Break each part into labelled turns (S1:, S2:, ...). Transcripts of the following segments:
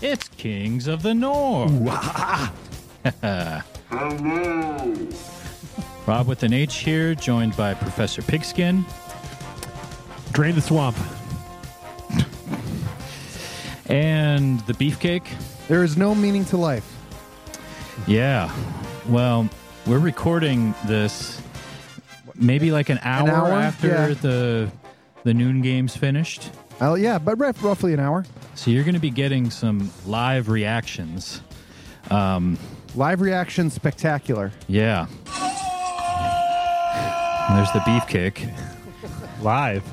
S1: It's Kings of the North.
S2: Hello.
S1: Rob with an H here, joined by Professor Pigskin
S3: Drain the swamp.
S1: and the Beefcake.
S4: There is no meaning to life.
S1: Yeah. Well, we're recording this maybe like an hour,
S4: hour?
S1: after
S4: Yeah.
S1: the the noon game's finished.
S4: Oh yeah, but rough- roughly an hour.
S1: So you're going to be getting some live reactions.
S4: Live reaction spectacular.
S1: Yeah. And there's the Beefcake.
S3: Live.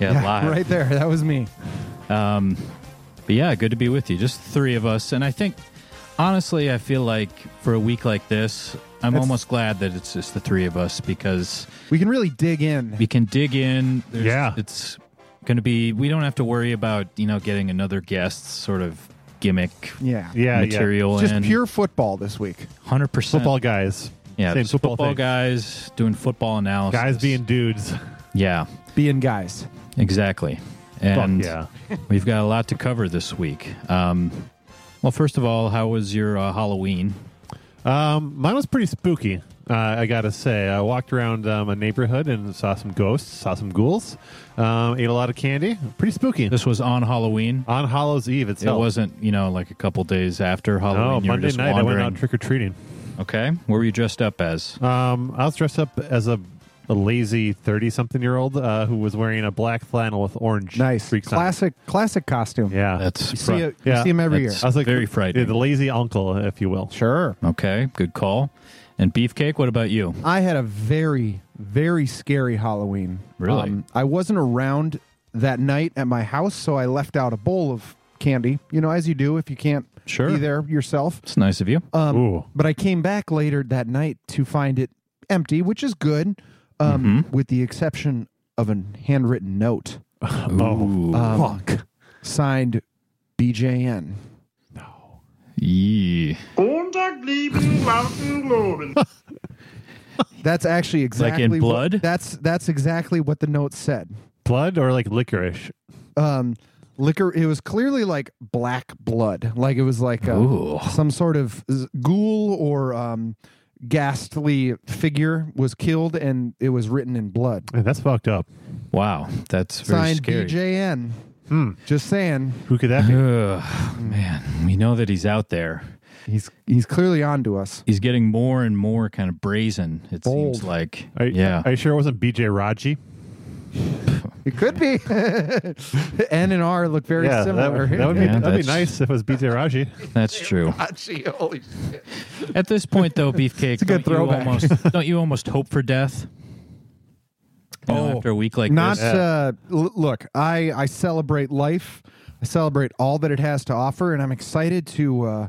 S1: Yeah,
S4: Yeah,
S1: live.
S4: Right there. That was me.
S1: But yeah, good to be with you. Just the three of us. And I think, honestly, I feel like for a week like this, I'm
S4: That's-
S1: almost glad that it's just the three of us because
S4: We can really dig in.
S1: we can dig in. There's,
S3: Yeah.
S1: It's going to be, we don't have to worry about, you know, getting another guest sort of gimmick
S4: Yeah.
S3: Yeah,
S1: material
S4: It's Just
S1: in.
S4: pure football this week.
S1: 100%.
S3: Yeah. Football guys.
S1: Yeah.
S3: Same
S1: just
S3: football,
S1: football
S3: thing.
S1: guys doing football analysis.
S3: Guys being dudes.
S1: Yeah,
S4: Being guys.
S1: exactly. And
S3: Fuck
S1: we've got a lot to cover this week. Um, well, first of all, how was your uh, Halloween?
S3: yeah. Um, mine was pretty spooky. Uh, I gotta say, I walked around um, a neighborhood and saw some ghosts, saw some ghouls, um, ate a lot of candy. Pretty spooky.
S1: This was on Halloween.
S3: On Hollow's Eve
S1: It
S3: itself.
S1: wasn't, you know, like a couple days after Halloween.
S3: No,
S1: you were
S3: Monday
S1: just
S3: night I went
S1: wandering.
S3: out trick or treating.
S1: Okay, what were you dressed up as?
S3: Um, I was dressed up as a, a lazy thirty-something-year-old uh, who was wearing a black flannel with orange
S4: Nice.
S3: streaks on it.
S4: Classic classic costume.
S3: Yeah,
S1: That's
S4: You see
S1: fri-
S4: it, you
S3: Yeah.
S4: see him every year.
S1: That's-
S3: I was like
S1: Very
S3: Yeah,
S1: frightening.
S3: the lazy uncle, if you will.
S4: Sure.
S1: okay. Good call. And beefcake. What about you?
S4: I had a very, very scary Halloween. Um,
S1: Really?
S4: I wasn't around that night at my house, so I left out a bowl of candy, you know, as you do if you can't
S1: Sure.
S4: be there yourself.
S1: It's nice of you.
S4: Um,
S3: Ooh.
S4: But I came back later that night to find it empty, which is good, um,
S1: Mm-hmm.
S4: with the exception of a handwritten note
S1: Ooh.
S4: um, signed BJN.
S1: Yee.
S2: Contact leaving Mountain Lauren.
S4: That's actually exactly
S1: in
S4: what-
S1: blood?
S4: that's that's exactly what the note said.
S3: Blood or like licorice?
S4: Um, liquor. It was clearly like black blood. Like it was like
S1: Ooh.
S4: uh, some sort of z- ghoul or um, ghastly figure was killed, and it was written in blood.
S3: Man, that's fucked up.
S1: Wow, that's very
S4: Signed
S1: scary.
S4: BJN.
S3: Hmm.
S4: Just saying.
S3: Who could that be?
S1: Ugh, man, we know that he's out there.
S4: He's he's clearly on to us.
S1: He's getting more and more kind of brazen. It
S4: Bold.
S1: seems like.
S3: Are,
S1: yeah.
S3: Are you sure it wasn't BJ Raji?
S4: It could be. N and R look very
S3: yeah, that,
S4: similar.
S3: would- that would be
S1: Yeah,
S3: that'd
S1: that's-
S3: be nice if it was BJ Raji.
S1: That's true.
S4: holy
S1: At this point, though, beefcake,
S4: a good
S1: don't, you
S4: throwback.
S1: almost, don't you almost hope for death? You know,
S4: Oh,
S1: after a week like
S4: Not
S1: this,
S4: uh, l- look. I I celebrate life. I celebrate all that it has to offer, and I'm excited to uh,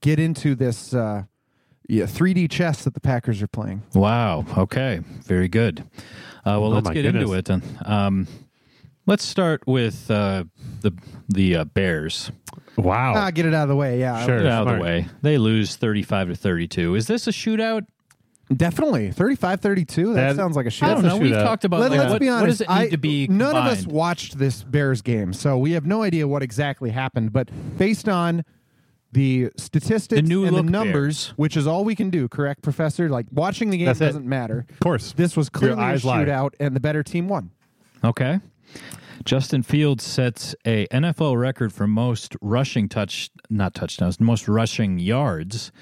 S4: get into this uh, yeah 3D chess that the Packers are playing.
S1: Wow. Okay. Very good. Uh, well,
S4: Oh
S1: let's
S3: my
S1: get into
S3: goodness.
S1: it then. Um, let's start with uh, the the uh, Bears.
S3: Wow.
S4: Ah, get it out of the way. Yeah,
S3: Oh. Sure.
S1: Get out of
S3: smart.
S1: the way. They lose thirty-five to thirty-two. Is this a shootout?
S4: definitely. 35-32. That,
S3: That-
S4: sounds like
S1: I
S4: a shootout.
S1: don't
S3: That's
S1: know.
S3: a
S1: We've
S3: shootout.
S1: talked about
S4: Let,
S1: like,
S4: us
S1: what,
S4: be honest.
S1: what does it need
S4: I-
S1: to be.
S4: none of us
S1: combined?
S4: watched this Bears game, so we have no idea what exactly happened. But based on the statistics
S1: The new
S4: and the
S1: look
S4: numbers,
S1: Bears.
S4: which is all we can do, correct, Professor? Like watching the game
S3: That's it.
S4: doesn't matter.
S3: Of course.
S4: This was
S3: Your
S4: clearly a
S3: eyes lie.
S4: shootout, and the better team won.
S1: Okay. Justin Fields sets a NFL record for most rushing touch not touchdowns, most rushing yards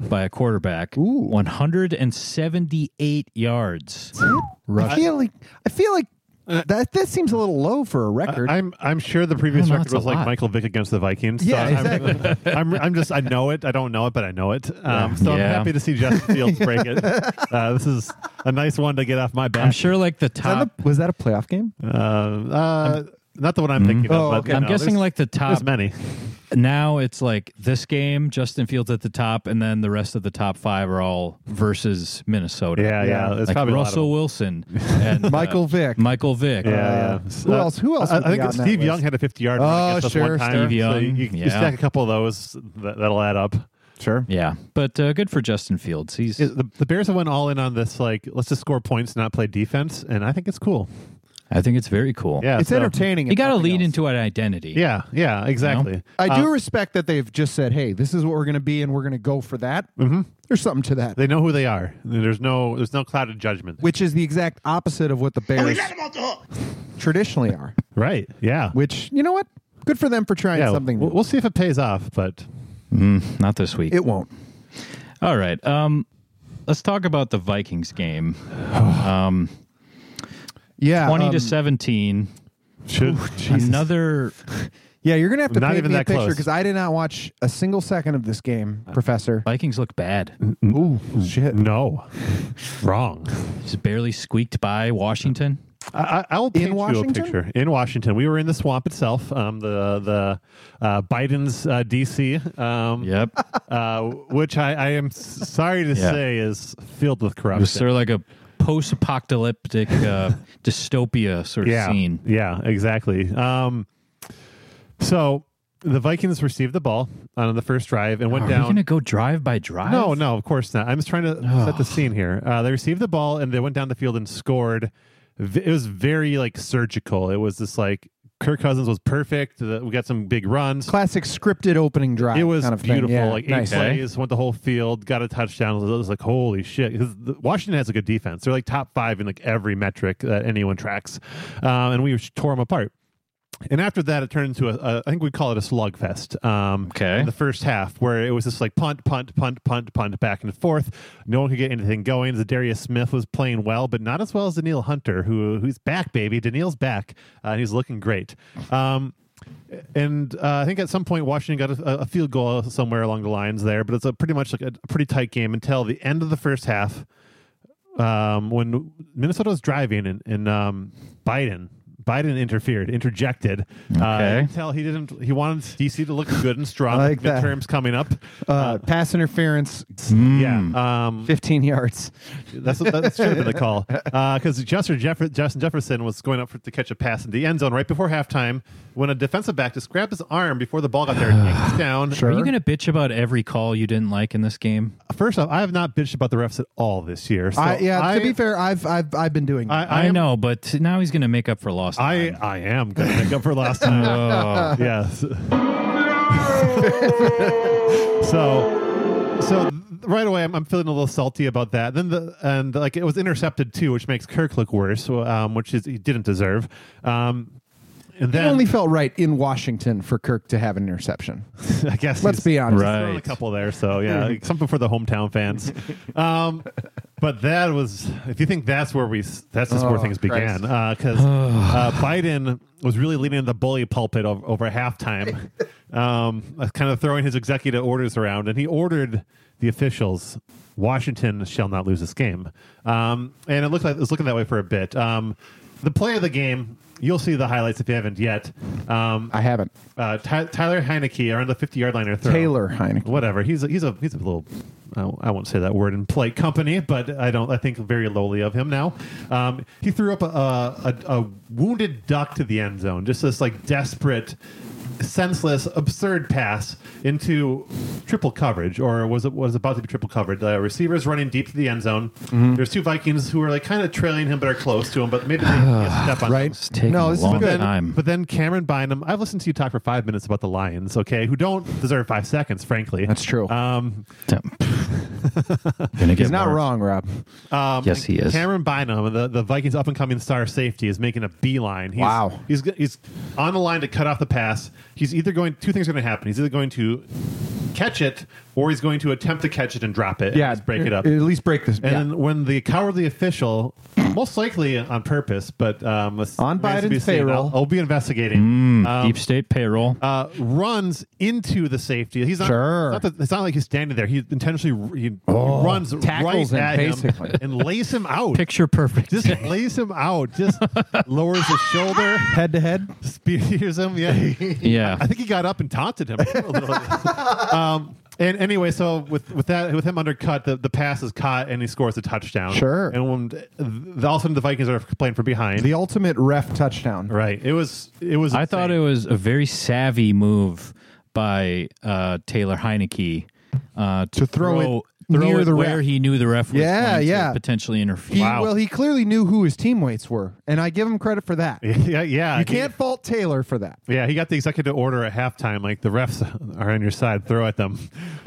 S1: by a quarterback.
S4: Ooh.
S1: 178 yards.
S4: I
S1: rushing.
S4: feel like I feel like that that seems a little low for a record.
S3: I'm I'm sure the previous
S1: I don't know,
S3: record
S1: it's a
S3: was like
S1: lot.
S3: Michael Vick against the Vikings.
S4: Yeah,
S3: so exactly. I'm, I'm just I know it. I don't know it, but I know it. Um, so I'm
S1: Yeah.
S3: happy to see Justin Fields break it. Uh, this is a nice one to get off my
S1: I'm
S3: back.
S1: sure like the
S4: Was
S1: top
S4: that a- was that a playoff game?
S3: Uh, uh, not the one I'm thinking
S4: Oh,
S3: of. But,
S4: okay.
S3: you
S1: Mm-hmm. I'm
S3: know,
S1: guessing
S3: there's-
S1: like the
S3: there's
S1: top
S3: many.
S1: now it's like this game, Justin Fields at the top, and then the rest of the top five are all versus Minnesota.
S3: Yeah, yeah. It's
S1: Like
S3: probably a lot of
S1: Russell Wilson and uh,
S4: Michael Vick.
S1: Michael Vick.
S3: Yeah, yeah.
S4: who else- who else
S3: I,
S4: would
S3: I
S4: be
S3: think
S4: on that
S3: Steve Young
S4: list?
S3: had a 50 yard run
S4: Oh,
S3: against us
S4: sure,
S3: one time.
S1: Steve
S3: so
S1: Young,
S3: you, you
S1: yeah.
S3: stack a couple of those, that, that'll add up.
S4: Sure.
S1: Yeah, but uh, good for Justin Fields. He's
S3: It- the, the Bears have went all in on this. Like, let's just score points, not play defense, and I think it's cool.
S1: I think it's very cool.
S3: Yeah,
S4: it's
S3: so-
S4: entertaining.
S1: you
S4: if
S1: got to
S4: nothing
S1: lead
S4: else.
S1: into an identity.
S3: Yeah, yeah, exactly.
S4: I
S3: Uh,
S4: do respect that they've just said, "Hey, this is what we're going to be, and we're going to go for that." Mm-hmm. There's something to that,
S3: they know who they are. There's no, there's no clouded judgment.
S4: which is the exact opposite of what the
S2: And we
S4: Bears
S2: let him off the hook.
S4: traditionally are.
S3: Right? Yeah.
S4: Which you know what? Good for them for trying
S3: yeah.
S4: something.
S3: We'll,
S4: new.
S3: we'll see if it pays off, but
S1: not this week.
S4: it won't.
S1: All right. Um, let's talk about the Vikings game.
S3: Uh,
S4: Yeah,
S1: Twenty to
S4: um,
S1: seventeen.
S3: should
S1: Another.
S4: Yeah, you're gonna have to
S3: Not
S4: paint
S3: even
S4: me a
S3: that
S4: picture
S3: close. Uh,
S4: because I did not watch a single second of this game, Professor.
S1: Vikings look bad.
S4: Ooh, shit.
S3: no wrong.
S1: Just barely squeaked by Washington.
S3: I, I- I will paint
S4: Washington?
S3: you a picture in Washington. We were in the swamp itself. Um, the the uh, Biden's uh, DC. Um,
S1: Yep. It
S3: uh, which I, I am s- sorry to
S1: Yeah.
S3: say is filled with
S1: was
S3: corruption.
S1: sort of like a post-apocalyptic uh, dystopia sort of
S3: yeah,
S1: scene.
S3: yeah, exactly. Um, so the Vikings received the ball on the first drive and went
S1: Oh, Are we
S3: down.
S1: gonna go drive by drive?
S3: No, no, of course not. I'm just trying to set the scene here. Uh, they received the ball and they went down the field and scored. V- It was very like surgical. It was this like Kirk Cousins was perfect. The- We got some big runs.
S4: Classic scripted opening drive.
S3: It was
S4: kind of thing.
S3: beautiful.
S4: Yeah,
S3: like eight
S4: nice.
S3: plays, went the whole field, got a touchdown. It was like holy shit. 'Cause the- Washington has a good defense. They're like top five in like every metric that anyone tracks, um, and we tore them apart. And after that, it turned into a, a I think we call it a slugfest. Um,
S1: Okay.
S3: in the first half, where it was just like punt, punt, punt, punt, punt, back and forth. No one could get anything going. Zadarius Smith was playing well, but not as well as Daniil Hunter, who who's back, baby. Daniil's back, uh, and he's looking great. Um, and uh, I think at some point Washington got a, a field goal somewhere along the lines there, but it's a pretty much like a, pretty tight game until the end of the first half, um, when Minnesota was driving and, and um, Biden Biden interfered, interjected. Uh,
S1: Okay.
S3: you can tell he didn't. He wanted DC to look good and strong.
S4: I like that. Mm.
S3: midterms coming up.
S4: Uh, pass interference,
S3: Mm-hmm. Yeah, um,
S4: 15 yards.
S3: that's that should have been the call because Justin, Jeff- Justin Jefferson was going up for, to catch a pass in the end zone right before halftime when a defensive back just grabbed his arm before the ball got there, and yanked it down.
S1: Are
S4: Sure.
S1: you gonna bitch about every call you didn't like in this game?
S3: First off, I have not bitched about the refs at all this year. So
S4: I, yeah,
S3: I,
S4: to be fair, I've I've I've been doing.
S3: I,
S4: that.
S3: I,
S1: I
S3: am-
S1: know, but now he's gonna make up for lost.
S3: I, I am going to make up for last time.
S1: Oh.
S3: yes. so, so right away, I'm, I'm feeling a little salty about that. Then the and like it was intercepted too, which makes Kirk look worse, um, which is he didn't deserve. Um, and
S4: it
S3: then
S4: only felt right in Washington for Kirk to have an interception.
S3: I guess
S4: Let's
S3: he's-
S4: be honest.
S1: Right.
S3: thrown a couple there, so yeah, like, something for the hometown fans. Um, but that was, if you think that's where we, that's just where
S4: Oh,
S3: things began,
S4: Christ.
S3: because uh, Biden was really leaning the bully pulpit over, over halftime, um, kind of throwing his executive orders around, and he ordered the officials. Washington shall not lose this game, um, and it looked like it was looking that way for a bit. Um, the play of the game, you'll see the highlights if you haven't yet. Um,
S4: I haven't.
S3: uh, Ty- Tyler Heineke around the 50 yard line or throw.
S4: Taylor Heineke.
S3: Whatever. He's a, he's a he's a little. I won't- I won't say that word in polite company, but I don't. I think very lowly of him now. Um, he threw up a, a, a, a wounded duck to the end zone. Just this like desperate, senseless, absurd pass into triple coverage, or was it was about to be triple covered? The receiver's running deep to the end zone.
S4: Mm-hmm.
S3: There's two Vikings who are like kind of trailing him, but are close to him. But maybe they can step on
S4: Right.
S1: It's taking
S4: No,
S1: a
S4: this is
S1: long
S4: good.
S1: time.
S3: but then Cameron Bynum, I've listened to you talk for five minutes about the Lions, okay, who don't deserve five seconds, frankly.
S4: That's true.
S3: Um,
S1: Gonna get
S4: He's not
S1: worse.
S4: wrong, Rob.
S3: um,
S1: Yes, he is.
S3: Cameron Bynum, the, the Vikings' up and coming star safety, is making a beeline. He's,
S4: Wow.
S3: He's, he's on the line to cut off the pass. He's either going, two things are going to happen. He's either going to catch it or he's going to attempt to catch it and drop it. and just break it up.
S4: At least break this.
S3: And
S4: yeah.
S3: then when the cowardly official, most likely on purpose, but um, this
S4: On
S3: remains to
S4: Biden's
S3: be seen.
S4: payroll.
S3: I'll, I'll be investigating.
S1: Deep state payroll.
S3: uh, runs into the safety. He's not,
S4: Sure. Oh.
S3: it's, not that- it's not like he's standing there. He intentionally he runs
S4: tackles
S3: right
S4: him,
S3: at
S4: basically.
S3: him and lays him out.
S1: Picture perfect.
S3: just lays him out. Just lowers his shoulder,
S4: head to head.
S3: spears him. Yeah,
S1: Yeah.
S3: I think he got up and taunted him. a little bit. um, and anyway, so with with that with him undercut, the, the pass is caught and he scores a touchdown.
S4: Sure.
S3: And when the, all of a sudden the Vikings are playing from behind.
S4: The ultimate ref touchdown.
S3: right. It was it was.
S1: I thought
S3: insane.
S1: it was a very savvy move by uh, Taylor Heineke uh,
S4: To throw it
S1: throw
S4: near
S1: it
S4: the
S1: where
S4: ref.
S1: he knew the ref was
S4: Yeah,
S1: going to
S4: yeah.
S1: potentially interfere.
S4: He,
S3: Wow.
S4: Well, he clearly knew who his teammates were, and I give him credit for that.
S3: yeah, yeah.
S4: You can't fault Taylor for that.
S3: Yeah, he got the executive order at halftime. Like the refs are on your side, throw at them.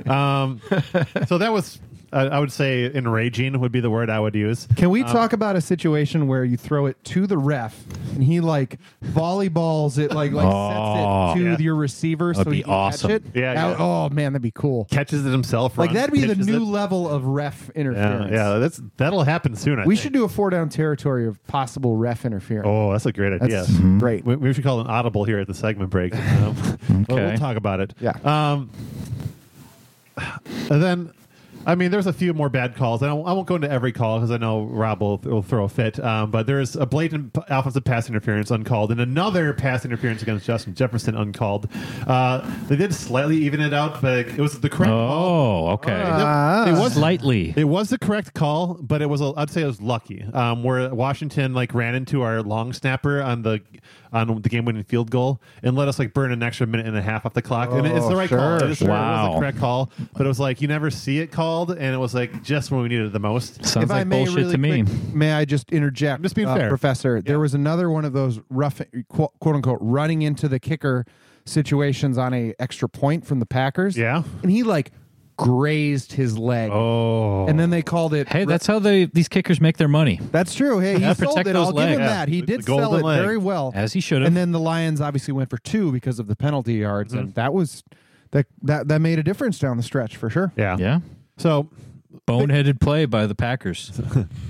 S3: Um, so that was, I I would say, enraging would be the word I would use.
S4: Can we talk about a situation where you throw it to the ref and he like volleyballs it like like
S1: Oh.
S4: sets it to
S3: Yeah.
S4: your receiver so
S1: be
S4: he can
S1: awesome.
S4: catch it?
S3: Yeah,
S4: That-
S3: yeah.
S4: Oh man, that'd be cool.
S3: Catches it himself.
S4: Like
S3: runs,
S4: that'd be the
S3: pitches
S4: new
S3: it.
S4: level of ref
S3: Yeah,
S4: interference.
S3: yeah, that's that'll happen soon. I
S4: We
S3: think.
S4: should do a four down territory of possible ref interference.
S3: Oh, that's a great idea.
S4: That's great.
S3: We, we should call an audible here at the segment break. Um, we'll, we'll
S1: Okay.
S3: talk about it.
S4: Yeah.
S3: Um, and then, I mean, there's a few more bad calls. I, don't, I won't go into every call because I know Rob will, will throw a fit. Um, but there's a blatant p- offensive pass interference uncalled and another pass interference against Justin Jefferson uncalled. Uh, they did slightly even it out, but it was the correct call.
S1: Oh, okay.
S4: Ah.
S3: it was
S1: Slightly.
S3: it was the correct call, but it was a, I'd say it was lucky. Um, where Washington like ran into our long snapper on the on the game winning field goal and let us like burn an extra minute and a half off the clock. and it- it's the
S4: Oh,
S3: right
S4: sure,
S3: call. It is- it was
S1: Wow.
S3: the correct call, but it was like you never see it called, and it was like just when we needed it the most.
S1: Sounds
S4: if I
S1: like
S4: may,
S1: bullshit
S4: really
S1: to me.
S4: quick, may I just interject? uh,
S3: I'm just being fair.
S4: Professor. There was another one of those rough, quote quote unquote, running into the kicker situations on a extra point from the Packers.
S3: Yeah.
S4: and he like grazed his leg,
S3: Oh,
S4: and then they called it.
S1: Hey, that's how they these kickers make their money.
S4: that's true. Hey, he
S1: Yeah,
S4: sold
S1: protect
S4: it.
S1: those
S4: I'll give
S1: legs.
S4: him
S3: Yeah.
S4: that. He
S3: The
S4: did sell
S3: golden
S4: it
S3: leg.
S4: very well,
S1: As he should have.
S4: And then the Lions obviously went for two because of the penalty yards,
S3: Mm-hmm.
S4: and that was that that that made a difference down the stretch for sure.
S3: yeah,
S1: yeah.
S3: So
S1: Boneheaded play by the Packers.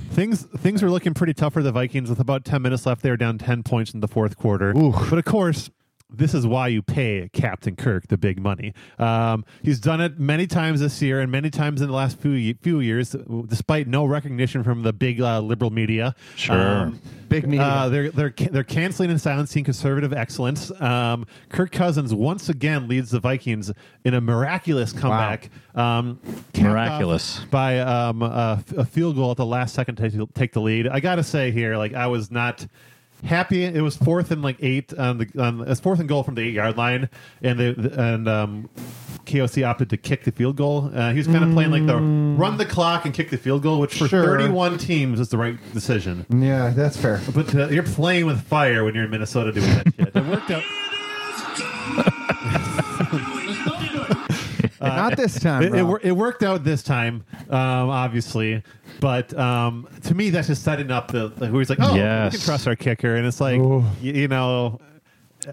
S3: Things things were looking pretty tough for the Vikings with about ten minutes left. They were down ten points in the fourth quarter. But of course, this is why you pay Captain Kirk the big money. Um, he's done it many times this year and many times in the last few ye- few years, despite no recognition from the big uh, liberal media.
S1: Sure.
S4: Big media.
S3: Uh, they're they're ca- they're canceling and silencing conservative excellence. Um, Kirk Cousins once again leads the Vikings in a miraculous comeback. Um, capped off
S1: Miraculous.
S3: by um, a, f- a field goal at the last second to take- take the lead. I gotta say here, like I was not happy. It was fourth and like eight on the on it's fourth and goal from the eight yard line, and they and um, KOC opted to kick the field goal. Uh, he was kind of playing like the run the clock and kick the field goal, which for
S4: Sure.
S3: thirty one teams is the right decision.
S4: yeah, that's fair.
S3: But uh, you're playing with fire when you're in Minnesota doing that shit. It worked out.
S4: Not this time.
S3: uh, It, it,
S4: Rob.
S3: wor- it worked out this time, um, obviously. But um, to me, that's just setting up the like, who's like, oh, we can
S1: Yes.
S3: trust our kicker, and it's like,
S4: Ooh.
S3: y- you know,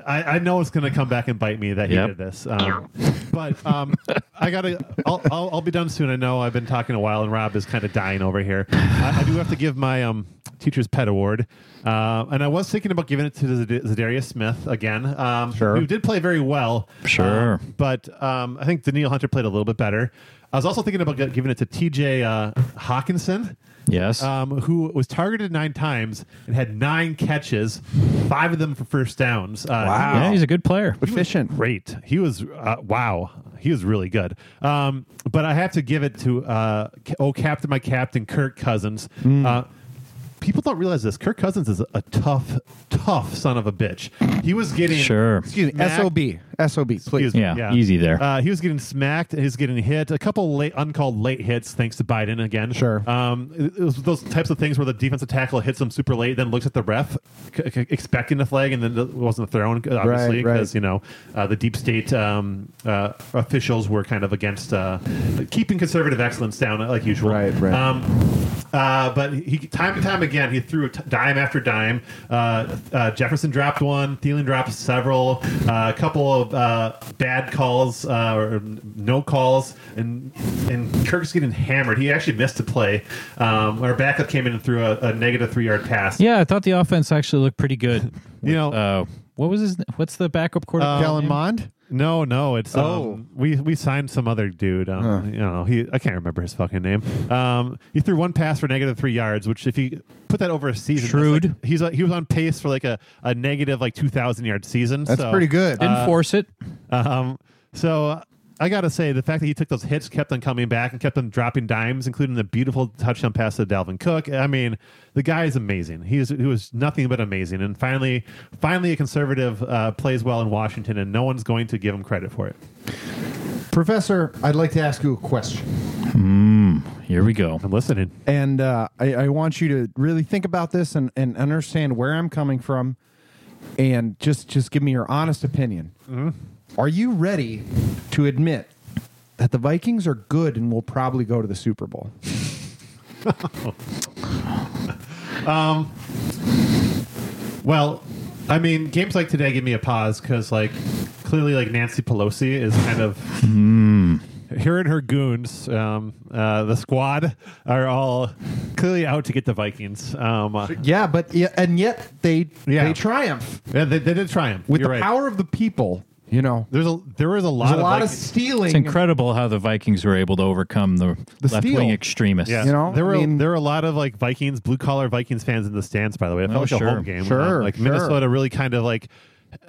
S3: I, I know it's going to come back and bite me that
S1: Yep.
S3: he did this. Um, but um, I gotta, I'll, I'll, I'll be done soon. I know I've been talking a while, and Rob is kind of dying over here. I, I do have to give my um, teacher's pet award, uh, and I was thinking about giving it to Zad- Zadarius Smith again, um,
S4: Sure.
S3: who did play very well.
S1: Sure.
S3: Um, but um, I think Daniil Hunter played a little bit better. I was also thinking about g- giving it to TJ uh, Hawkinson,
S1: Yes.
S4: Uh,
S3: um, who was targeted nine times and had nine catches, five of them for first downs. Uh,
S4: Wow.
S1: yeah, he's a good player.
S4: efficient.
S3: great. He was uh, wow. He was really good. Um, but I have to give it to uh, C- oh captain, my captain, Kirk Cousins.
S1: Hmm.
S3: Uh, people don't realize this. Kirk Cousins is a tough, tough son of a bitch. He was getting
S1: Sure.
S4: Excuse me.
S3: Mac-
S4: Sob. Sob. Please.
S3: Excuse me.
S1: Yeah, easy there.
S3: Uh, he was getting smacked. He was getting hit. A couple late, uncalled late hits, thanks to Biden again.
S4: Sure.
S3: Um, it, it was those types of things where the defensive tackle hits him super late, then looks at the ref, c- c- expecting the flag, and then it wasn't thrown, obviously,
S4: Right, right.
S3: because you know uh, the deep state um, uh, officials were kind of against uh, keeping conservative excellence down, uh, like usual.
S4: Right, right.
S3: Um, uh, but he time and time again he threw a t- dime after dime. Uh, uh, Jefferson dropped one. Thielen dropped several. Uh, a couple of uh, bad calls uh, or no calls, and and Kirk's getting hammered. He actually missed a play. Um, our backup came in and threw a, a negative three yard pass.
S1: Yeah, I thought the offense actually looked pretty good.
S3: You know-
S1: uh, what was his? What's the backup quarterback?
S4: Uh, Kellen
S3: Um,
S1: name?
S4: Mond.
S3: No, no, it's
S4: Oh.
S3: um, we we signed some other dude. Um, You know, he I can't remember his fucking name. Um, he threw one pass for negative three yards, which if you put that over a season, that's
S1: Shrewd.
S3: like- he's uh, he was on pace for like a, a negative like two thousand yard season.
S4: That's
S3: so, uh,
S4: pretty good.
S1: Didn't force it.
S3: Um, so uh, I gotta say, the fact that he took those hits, kept on coming back, and kept on dropping dimes, including the beautiful touchdown pass to Dalvin Cook. I mean, the guy is amazing. He is he was nothing but amazing. And finally, finally, a conservative uh, plays well in Washington, and no one's going to give him credit for it.
S4: Professor, I'd like to ask you a question.
S1: Here we go.
S3: I'm listening.
S4: And uh, I, I want you to really think about this and, and understand where I'm coming from and just, just give me your honest opinion.
S3: Mm-hmm.
S4: Are you ready to admit that the Vikings are good and will probably go to the Super Bowl?
S3: Well, I mean, games like today give me a pause because, like, clearly, like Nancy Pelosi is kind of. Hmm. Her and her goons, um, uh, the squad, are all clearly out to get the Vikings. Um, uh,
S4: Yeah, but yeah, and yet they
S3: Yeah.
S4: they triumph
S3: yeah, they, they did triumph.
S4: with
S3: You're
S4: the
S3: right.
S4: power of the people. You know,
S3: There's a there was a lot
S4: there's a
S3: of
S4: lot of
S3: Vikings-
S4: stealing.
S1: It's incredible how the Vikings were able to overcome the,
S4: The
S1: left wing
S4: steal.
S1: extremists.
S3: Yeah,
S4: You know,
S3: there
S4: I
S3: were
S4: mean-
S3: there were a lot of like Vikings, blue collar Vikings fans in the stands. By the way, it felt
S1: Oh,
S3: like
S1: sure.
S3: a home game. you know?
S4: Sure,
S3: like
S4: sure.
S3: Minnesota really kind of like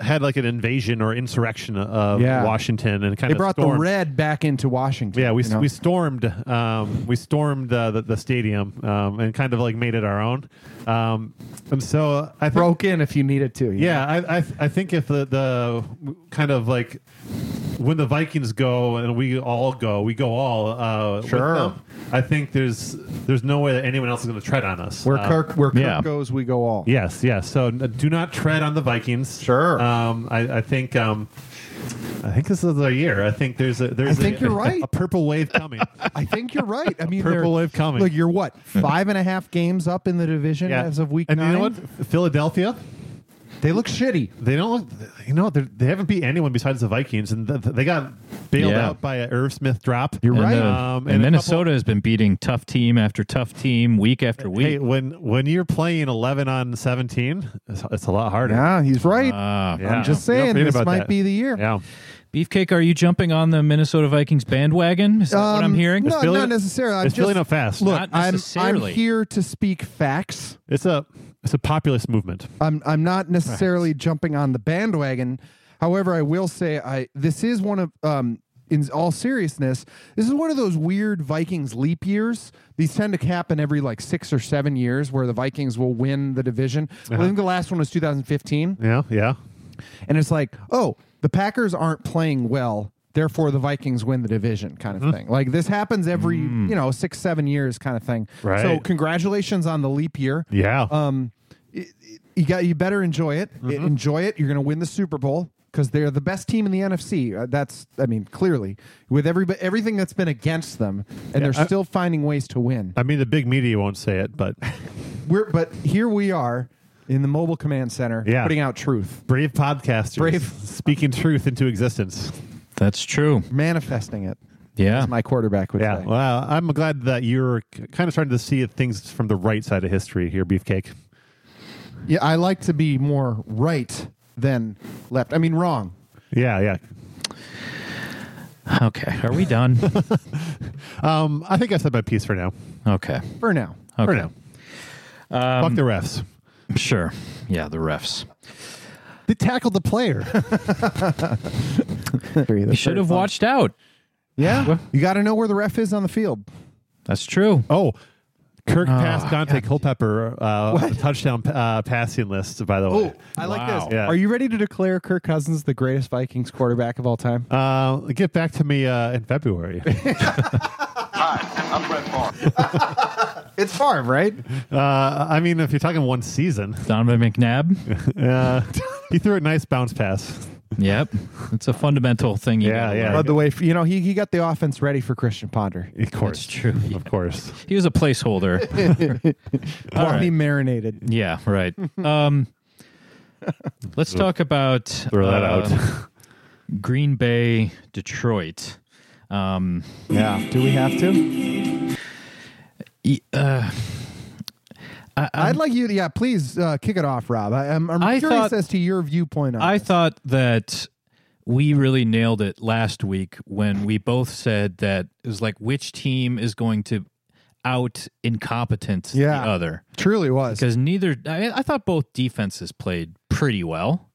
S3: had like an invasion or insurrection uh, of
S4: Yeah.
S3: Washington, and kind
S4: They
S3: of
S4: brought the
S3: stormed.
S4: red back into Washington.
S3: Yeah, we,
S4: you know?
S3: we stormed um, we stormed uh, the, the stadium um, and kind of like made it our own. Um, and so I think
S4: broke in if you needed to. you
S3: yeah, I, I I think if the the kind of like when the Vikings go and we all go, we go all. Uh, with
S4: Sure.
S3: them, I think there's there's no way that anyone else is going to tread on us.
S4: know? where
S3: Uh,
S4: Kirk where Kirk
S1: yeah.
S4: goes, we go all.
S3: Yes, yes. So n- do not tread on the Vikings.
S4: Sure.
S3: Um, I, I think um, I think this is their year. I think there's a there's
S4: I think
S3: a,
S4: you're right.
S3: a purple wave coming.
S4: I think you're right. I mean,
S3: Purple
S4: they're-
S3: wave coming.
S4: Look, you're what five and a half games up in the division as of week
S3: and
S4: nine.
S3: you know what? Philadelphia,
S4: They look shitty.
S3: they don't. Look, you know they're- they haven't beat anyone besides the Vikings, and th- they got bailed
S1: Yeah.
S3: out by a Irv Smith drop.
S4: You're
S1: And,
S4: right.
S1: uh,
S3: Um,
S1: and
S3: and a
S1: Minnesota
S3: couple-
S1: has been beating tough team after tough team week after week.
S3: Hey, when when you're playing 11 on 17, it's, it's a lot harder.
S4: Yeah, he's right.
S1: Ah.
S3: Yeah.
S4: I'm just
S3: You don't
S4: saying,
S3: forget
S4: this
S3: about
S4: might
S3: that.
S4: be the year.
S3: Yeah.
S1: Beefcake, are you jumping on the Minnesota Vikings bandwagon? Is that what I'm
S4: Um,
S1: hearing?
S4: No,
S3: Philly-
S4: not necessarily. I'm
S3: it's
S4: just,
S3: Philly not fast.
S4: Look,
S1: Not
S4: I'm, I'm
S1: necessarily.
S4: here to speak facts.
S3: It's a it's a populist movement.
S4: I'm I'm not necessarily jumping on the bandwagon. However, I will say I this is one of um in all seriousness, this is one of those weird Vikings leap years. These tend to happen every like six or seven years where the Vikings will win the division. I think the last one was 2015.
S3: Yeah, yeah.
S4: And it's like, oh, the Packers aren't playing well. Therefore, the Vikings win the division, kind of thing. Like this happens every, you know, six, seven years, kind of thing. So,
S3: Right.
S4: congratulations on the leap year
S3: Yeah.
S4: um, it, it- you got you better enjoy it. E,
S3: Mm-hmm.
S4: Enjoy it. You're going to win the Super Bowl because they're the best team in the NFC. Uh, that's I mean clearly with every everything that's been against them, and they're
S3: I-
S4: still finding ways to win.
S3: I mean, the big media won't say it, but
S4: We're but here we are in the Mobile Command Center,
S3: Yeah.
S4: putting out truth,
S3: brave podcasters
S4: Brave.
S3: speaking truth into existence.
S1: That's true.
S4: manifesting it.
S1: Yeah.
S4: as my quarterback would
S3: Yeah.
S4: say.
S3: Well, I'm glad that you're kind of starting to see things from the right side of history here, Beefcake.
S4: Yeah, I like to be more right than left. I mean wrong.
S3: Yeah, yeah.
S1: Okay. Are we done?
S3: Um, I think I said my piece for now.
S1: okay.
S4: For now,
S3: For
S1: Okay.
S3: now. Fuck the refs.
S1: Sure. Yeah, the refs.
S3: They tackled the player.
S1: You should have watched out.
S4: Yeah, you got to know where the ref is on the field.
S1: That's true.
S3: oh, Kirk
S1: Ah,
S3: passed Dante Culpepper uh, touchdown uh, passing list. By the way,
S4: I
S1: Wow.
S3: Yeah.
S4: Are you ready to declare Kirk Cousins the greatest Vikings quarterback of all time?
S3: uh, get back to me uh, in February.
S5: Hi, I'm Brett Favre.
S4: It's Favre, right?
S3: uh, I mean, if you're talking one season,
S1: Donovan McNabb.
S3: uh, he threw a nice bounce pass.
S1: yep. It's a fundamental thing. You
S3: Yeah,
S1: gotta
S3: yeah.
S1: learn.
S4: By the way, you know he, he got the offense ready for Christian Ponder.
S3: Of course,
S1: true,
S3: Of course.
S1: He was a placeholder. All
S4: While he
S1: right.
S4: marinated.
S1: Yeah, right. Um, let's talk about
S3: Throw that
S1: out. Green Bay, Detroit. Um,
S4: Yeah. Do we have to?
S1: e- uh,
S4: I'd like you to, yeah, please uh, kick it off, Rob. I, I'm, I'm
S1: I
S4: curious
S1: thought-
S4: as to your viewpoint on
S1: I
S4: this.
S1: thought that we really nailed it last week when we both said that it was like which team is going to out incompetence
S4: Yeah.
S1: the other
S4: Truly was.
S1: because neither I, I thought both defenses played pretty well.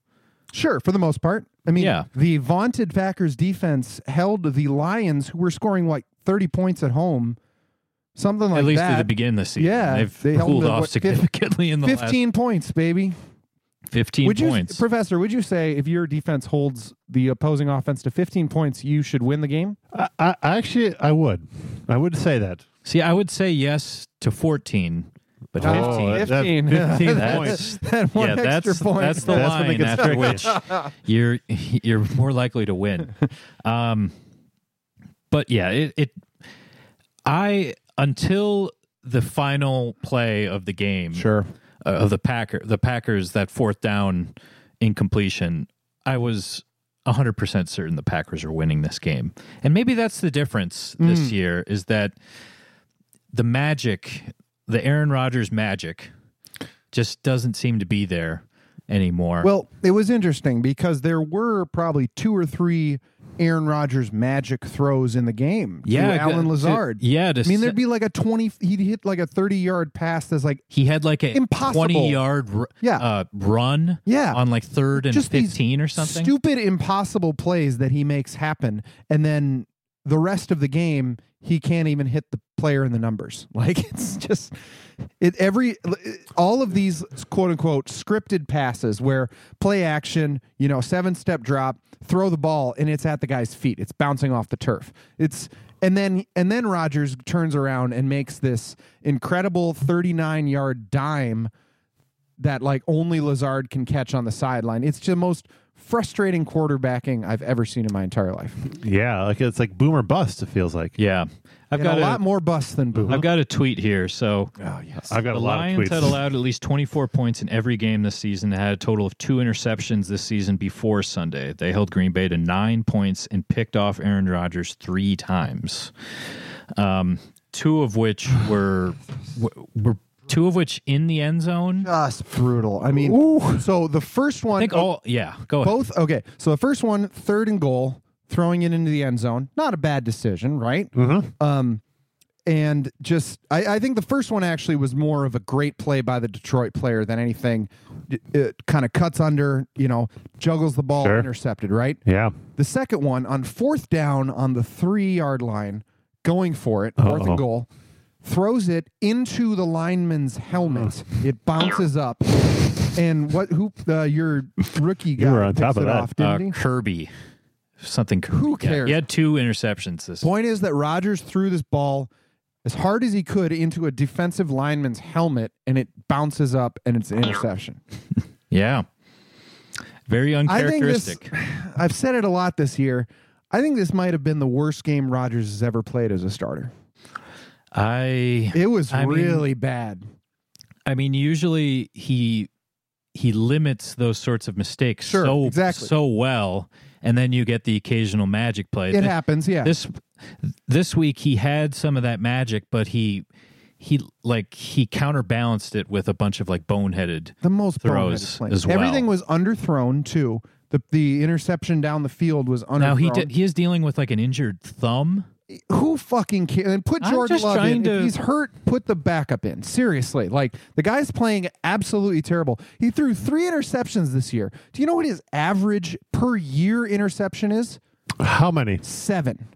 S4: Sure, for the most part. I mean,
S1: Yeah.
S4: the vaunted Packers defense held the Lions, who were scoring like 30 points at home, something like
S1: at least
S4: that.
S1: at the beginning of the season.
S4: Yeah,
S1: They've
S4: they held
S1: cooled
S4: them,
S1: off
S4: what, fif-
S1: significantly in the last
S4: 15 points, baby.
S1: 15
S4: would
S1: points.
S4: you, Professor? Would you say if your defense holds the opposing offense to 15 points, you should win the game?
S3: I, I I actually I would, I would say that.
S1: See, I would say yes to 14, but 15.
S3: Oh, that- that
S4: 15.
S3: 15
S4: That's-
S3: points.
S4: That one
S1: yeah,
S4: extra
S1: that's
S4: point.
S1: that's the
S3: That's when it
S1: line
S3: gets
S1: after
S3: tricky.
S1: which you're you're more likely to win. Um, but yeah, it, it I until the final play of the game,
S4: sure.
S1: uh, of the Packer, the Packers that fourth down incompletion, I was 100% certain the Packers are winning this game. And maybe that's the difference this
S4: Hmm.
S1: year is that the magic, the Aaron Rodgers magic just doesn't seem to be there anymore.
S4: Well, it was interesting because there were probably two or three Aaron Rodgers magic throws in the game. to
S1: yeah,
S4: Alan
S1: to-
S4: Lazard.
S1: yeah, to
S4: I mean,
S1: se-
S4: there'd be like a 20, he'd hit like a 30 yard pass that's like,
S1: he had like a
S4: Impossible.
S1: 20 yard r-
S4: Yeah.
S1: uh, run
S4: Yeah.
S1: on like third and
S4: Just these
S1: 15 or something.
S4: stupid, impossible plays that he makes happen. And then the rest of the game, he can't even hit the player in the numbers. Like, it's just. It every all of these quote unquote scripted passes where play action, you know, seven step drop, throw the ball and it's at the guy's feet. It's bouncing off the turf. It's and then and then Rodgers turns around and makes this incredible 39-yard dime that like only Lazard can catch on the sideline. It's the most frustrating quarterbacking I've ever seen in my entire life.
S3: Yeah, like it's like boom or bust. It feels like.
S1: yeah. I've
S4: And
S1: got
S4: a
S1: a-
S4: lot more busts than boo.
S1: I've got a tweet here. So
S4: oh yes.
S3: I've got
S1: the
S3: a lot
S1: Lions
S3: of tweets.
S1: had allowed at least 24 points in every game this season. They had a total of two interceptions this season before Sunday. They held Green Bay to nine points and picked off Aaron Rodgers three times, um, two of which were w- were two of which in the end zone. I
S4: Just brutal. I mean, so the first one
S1: think all yeah. Go ahead.
S4: Both okay. So the first one, third and goal, throwing it into the end zone. Not a bad decision, right? Um, and just I, I think the first one actually was more of a great play by the Detroit player than anything. It, kind of cuts under, you know, juggles the ball,
S3: Sure.
S4: intercepted, right?
S3: Yeah.
S4: The second one on fourth down on the three yard line, going for it, 4th
S3: Uh-oh.
S4: and goal, throws it into the lineman's helmet. It bounces up. And what who uh, your rookie guy
S3: were on
S4: picks
S3: top of
S4: it
S3: that.
S4: off,
S1: Uh,
S4: didn't he?
S1: Kirby, something. Kirby.
S4: Who
S1: Yeah,
S4: cares?
S1: he had two interceptions this.
S4: Point is that Rodgers threw this ball as hard as he could into a defensive lineman's helmet and it bounces up and it's an interception.
S1: Yeah, very
S4: I think this-
S1: uncharacteristic.
S4: I've said it a lot this year. I think this might have been the worst game Rodgers has ever played as a starter.
S1: I
S4: It was
S1: I mean-
S4: really bad.
S1: I mean, usually he he limits those sorts of mistakes
S4: Sure,
S1: so
S4: exactly.
S1: so well, and then you get the occasional magic play.
S4: It
S1: Thi-
S4: happens, yeah.
S1: this, this week he had some of that magic, but he he like he counterbalanced it with a bunch of like boneheaded.
S4: the most
S1: throws
S4: boneheaded play.
S1: as well.
S4: Everything was underthrown too. The the interception down the field was underthrown.
S1: Now he did, he is dealing with like an injured thumb.
S4: Who fucking cares? And put
S1: I'm
S4: Jordan
S1: just
S4: Love in.
S1: trying to-
S4: If he's hurt, put the backup in. Seriously, like the guy's playing absolutely terrible. He threw three interceptions this year. Do you know what his average per year interception is?
S3: How many?
S4: Seven.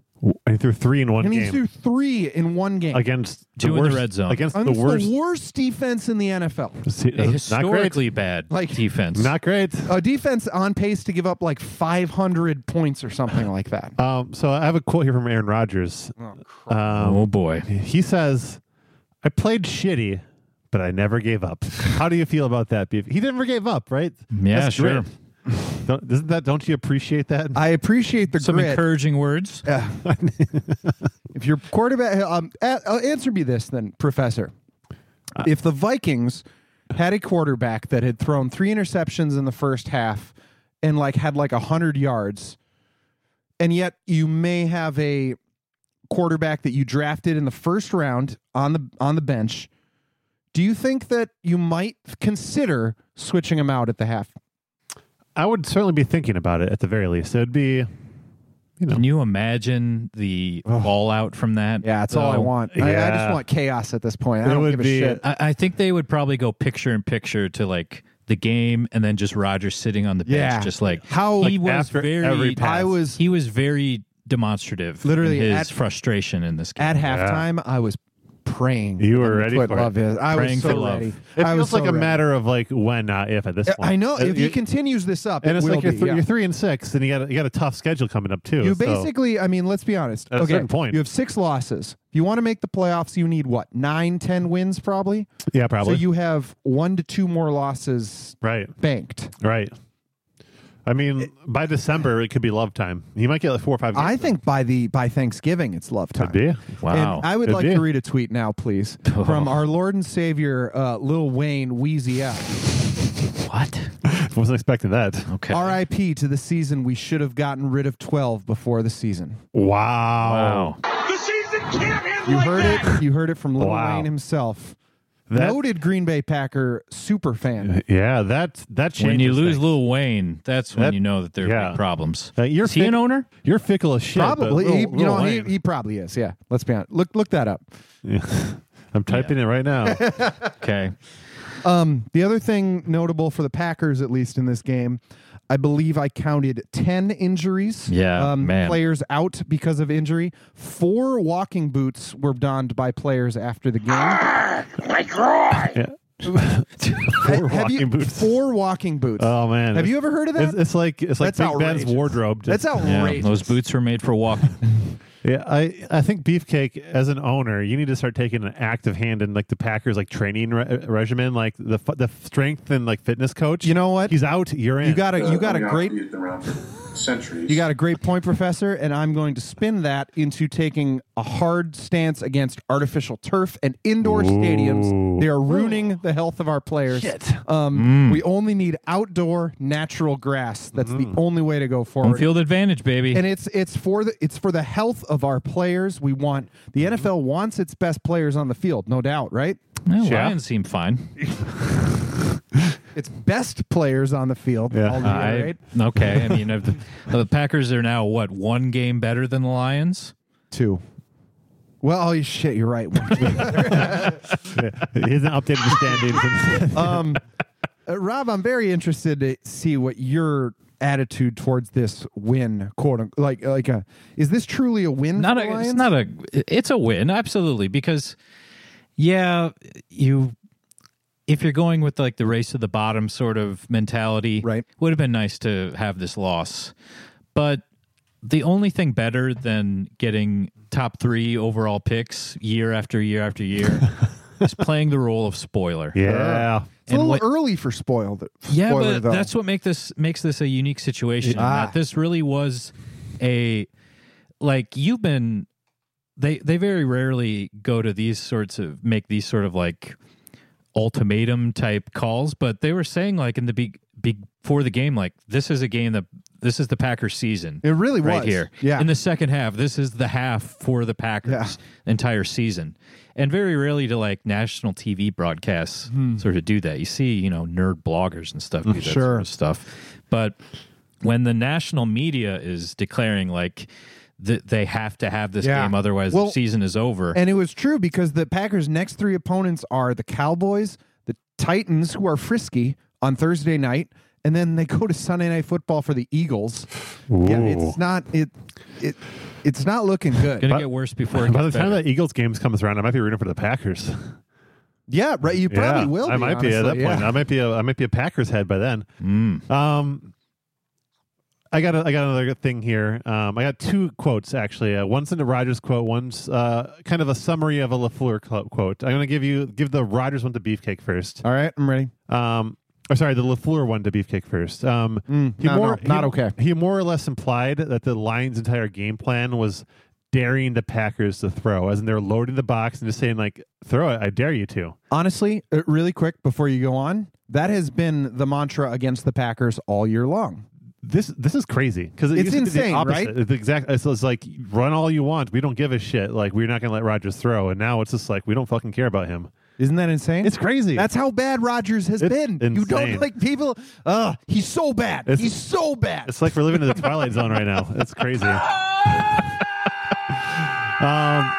S3: He threw three in one
S4: And he
S3: game
S4: threw three in one game.
S3: against
S1: Two in the
S3: worst,
S1: red zone.
S3: Against
S4: I
S3: the
S4: mean, it's
S3: worst.
S4: the worst defense in the NFL.
S3: See,
S1: A
S3: uh, not great.
S1: historically bad
S4: Like-
S1: defense.
S3: Not great.
S4: A defense on pace to give up like 500 points or something like that.
S3: Um, so I have a quote here from Aaron Rodgers. Um,
S1: oh boy.
S3: he says, "I played shitty, but I never gave up." How do you feel about that, Beef? He never gave up, right?
S1: Yeah,
S3: That's
S1: sure.
S3: great. Don't, isn't that? Don't you appreciate that?
S4: I appreciate the
S1: Some
S4: grit.
S1: encouraging words.
S4: If your quarterback, um, a- uh, answer me this then, Professor. if the Vikings had a quarterback that had thrown three interceptions in the first half and like had like a hundred yards, and yet you may have a quarterback that you drafted in the first round on the on the bench, do you think that you might consider switching him out at the half?
S3: I would certainly be thinking about it at the very least. It would be
S1: Can you imagine the fallout from that?
S4: Yeah, that's all I
S1: though?
S4: want. I, I just
S3: yeah.
S4: want chaos at this point. I
S3: It
S4: don't
S3: would
S4: give a
S3: be-
S4: shit.
S1: I, I think they would probably go picture in picture to like the game, and then just Rogers sitting on the bench,
S4: Yeah.
S1: just like
S4: How-
S1: he was
S3: after
S1: very.
S3: every
S4: pass. I was-
S1: he was very demonstrative.
S4: Literally
S1: in his
S4: at-
S1: frustration in this game.
S4: At halftime, I was praying.
S3: You were
S4: them to
S3: ready
S4: quit
S3: for it.
S4: love is. I
S1: Praying
S4: was so
S1: for love.
S4: ready.
S3: It
S4: I was
S3: feels like
S4: so
S3: a
S4: ready.
S3: matter of like when, not if, at this point.
S4: I know
S3: Uh,
S4: if he
S3: you-
S4: continues this up,
S3: and
S4: it
S3: it's
S4: will
S3: like you're,
S4: be,
S3: th-
S4: yeah.
S3: you're three and six, and you got a, you got a tough schedule coming up too.
S4: You
S3: so-
S4: basically, I mean, let's be honest.
S3: At a
S4: okay,
S3: certain point.
S4: you have six losses. If you want to make the playoffs, you need what nine, ten wins, probably.
S3: yeah, probably
S4: So you have one to two more losses
S3: right,
S4: banked.
S3: right. I mean, by December it could be love time. You might get like four or five. games.
S4: I think by the by Thanksgiving, it's love time.
S3: could be.
S1: Wow.
S4: And I would
S3: Could
S4: like
S3: be.
S4: to read a tweet now, please, from our Lord and Savior, uh, Lil Wayne Wheezy F.
S1: what?
S3: Wasn't expecting that.
S1: Okay.
S4: R.I.P. to the season we should have gotten rid of 12 before the season.
S1: Wow.
S3: Wow.
S2: The season can't end
S4: You
S2: like
S4: heard
S2: that.
S4: it. You heard it from Lil
S3: Wow.
S4: Wayne himself.
S3: That-
S4: Noted Green Bay Packer super fan.
S3: Yeah, that that changes.
S1: When you lose
S3: things.
S1: Lil Wayne, that's when
S3: That-
S1: you know that there are
S3: yeah.
S1: big problems.
S3: Uh, you're
S1: Is he
S3: fi-
S1: an owner?
S3: you're fickle as shit. but
S4: Probably,
S3: Lil-
S4: he, you
S3: Lil
S4: know, he,
S3: Wayne-
S4: he probably is. Yeah, let's be honest. Look, look that up.
S3: I'm typing it right now.
S1: Okay.
S4: Um, the other thing notable for the Packers, at least in this game, I believe I counted ten injuries.
S1: Yeah,
S4: um,
S1: man.
S4: players out because of injury. Four walking boots were donned by players after the game.
S3: Yeah.
S4: Have- have you-
S3: walking boots.
S4: Four walking boots.
S3: Oh man,
S4: Have you ever heard of that?
S3: It's, it's like it's like
S4: That's
S3: Big Ben's
S4: outrageous.
S3: wardrobe. Just-
S4: That's
S1: Yeah.
S4: outrageous.
S1: Those boots were made for walking.
S3: Yeah, I, I think Beefcake as an owner, you need to start taking an active hand in like the Packers like training re- regimen, like the f- the strength and like fitness coach.
S4: You know what?
S3: He's out. You're in.
S4: You got a you got a
S5: I've
S4: great
S5: used around for centuries.
S4: you got a great point, Professor, and I'm going to spin that into taking a hard stance against artificial turf and indoor stadiums. They are ruining the health of our players. Um, We only need outdoor natural grass. That's the only way to go
S1: Home
S4: forward.
S1: field advantage, baby.
S4: and it's it's for the it's for the health of our players. We want the NFL wants its best players on the field, no doubt, right?
S1: Well,
S3: Yeah.
S1: Lions seem fine.
S4: It's best players on the field.
S3: Yeah.
S4: I'll
S1: I-
S4: reiterate.
S1: Okay. I mean, if the, the Packers are now what one game better than the Lions?
S4: Two. Well, oh shit, you're right.
S3: He hasn't updated the standings. in-
S4: um, uh, Rob, I'm very interested to see what your attitude towards this win, quote unquote, like like a, is this truly a win?
S1: Not
S4: for the
S1: a.
S4: Lions?
S1: It's not a. It's a win, absolutely. Because yeah, you. If you're going with like the race to the bottom sort of mentality,
S4: Right.
S1: would have been nice to have this loss. But the only thing better than getting top three overall picks year after year after year is playing the role of spoiler.
S3: yeah,
S4: It's a
S1: and
S4: little
S1: what-
S4: early for spoiled.
S1: Yeah,
S4: spoiler,
S1: but
S4: though.
S1: that's what make this makes this a unique situation.
S4: Ah.
S1: That this really was a like you've been they they very rarely go to these sorts of make these sort of like ultimatum type calls, but they were saying like in the big big before the game like this is a game that this is the Packers season
S4: it really
S1: right
S4: was
S1: here.
S4: Yeah,
S1: In the second half, this is the half for the Packers
S4: Yeah.
S1: entire season. And very rarely do like national TV broadcasts
S4: Hmm.
S1: sort of do that. You see, you know, nerd bloggers and stuff do that
S4: Sure.
S1: sort of stuff. But when the national media is declaring like th- they have to have this
S4: Yeah.
S1: game, otherwise
S4: Well,
S1: the season is over.
S4: and it was true because the Packers' next three opponents are the Cowboys, the Titans, who are frisky on Thursday night. And then they go to Sunday Night Football for the Eagles. Yeah,
S3: Ooh.
S4: it's not it, it, it's not looking good.
S1: Gonna
S3: By-
S1: get worse before. It
S3: By the
S1: gets
S3: time
S1: better.
S3: that Eagles games comes around, I might be rooting for the Packers.
S4: Yeah, right. You probably
S3: yeah,
S4: will. Be,
S3: I might be at that
S4: honestly,
S3: point.
S4: yeah.
S3: I might be a I might be a Packers head by then.
S1: Hmm.
S3: Um, I got a, I got another thing here. Um, I got two quotes actually. Uh, one's in the Rogers quote. One's uh, kind of a summary of a Lafleur clo- quote. I'm gonna give you give the Rogers one to Beefcake first.
S4: All right, I'm ready.
S3: Um, or sorry, the Lafleur one to Beefcake first. Um,
S4: Mm,
S3: he
S4: no,
S3: more
S4: no, not
S3: he-
S4: okay.
S3: He more or less implied that the Lions' entire game plan was daring the Packers to throw, as in they're loading the box and just saying like, "Throw it, I dare you to."
S4: Honestly, uh, really quick before you go on, that has been the mantra against the Packers all year long.
S3: This this is crazy because
S4: It's insane, right?
S3: It's the exact. It's, it's like run all you want. We don't give a shit. Like we're not gonna let Rogers throw. And now it's just like we don't fucking care about him.
S4: Isn't that insane?
S3: It's crazy.
S4: That's how bad Rodgers has
S3: It's
S4: been. You don't
S3: insane.
S4: like people. Uh, he's so bad.
S3: It's-
S4: he's so bad.
S3: it's like we're living in the twilight zone right now. It's crazy. um,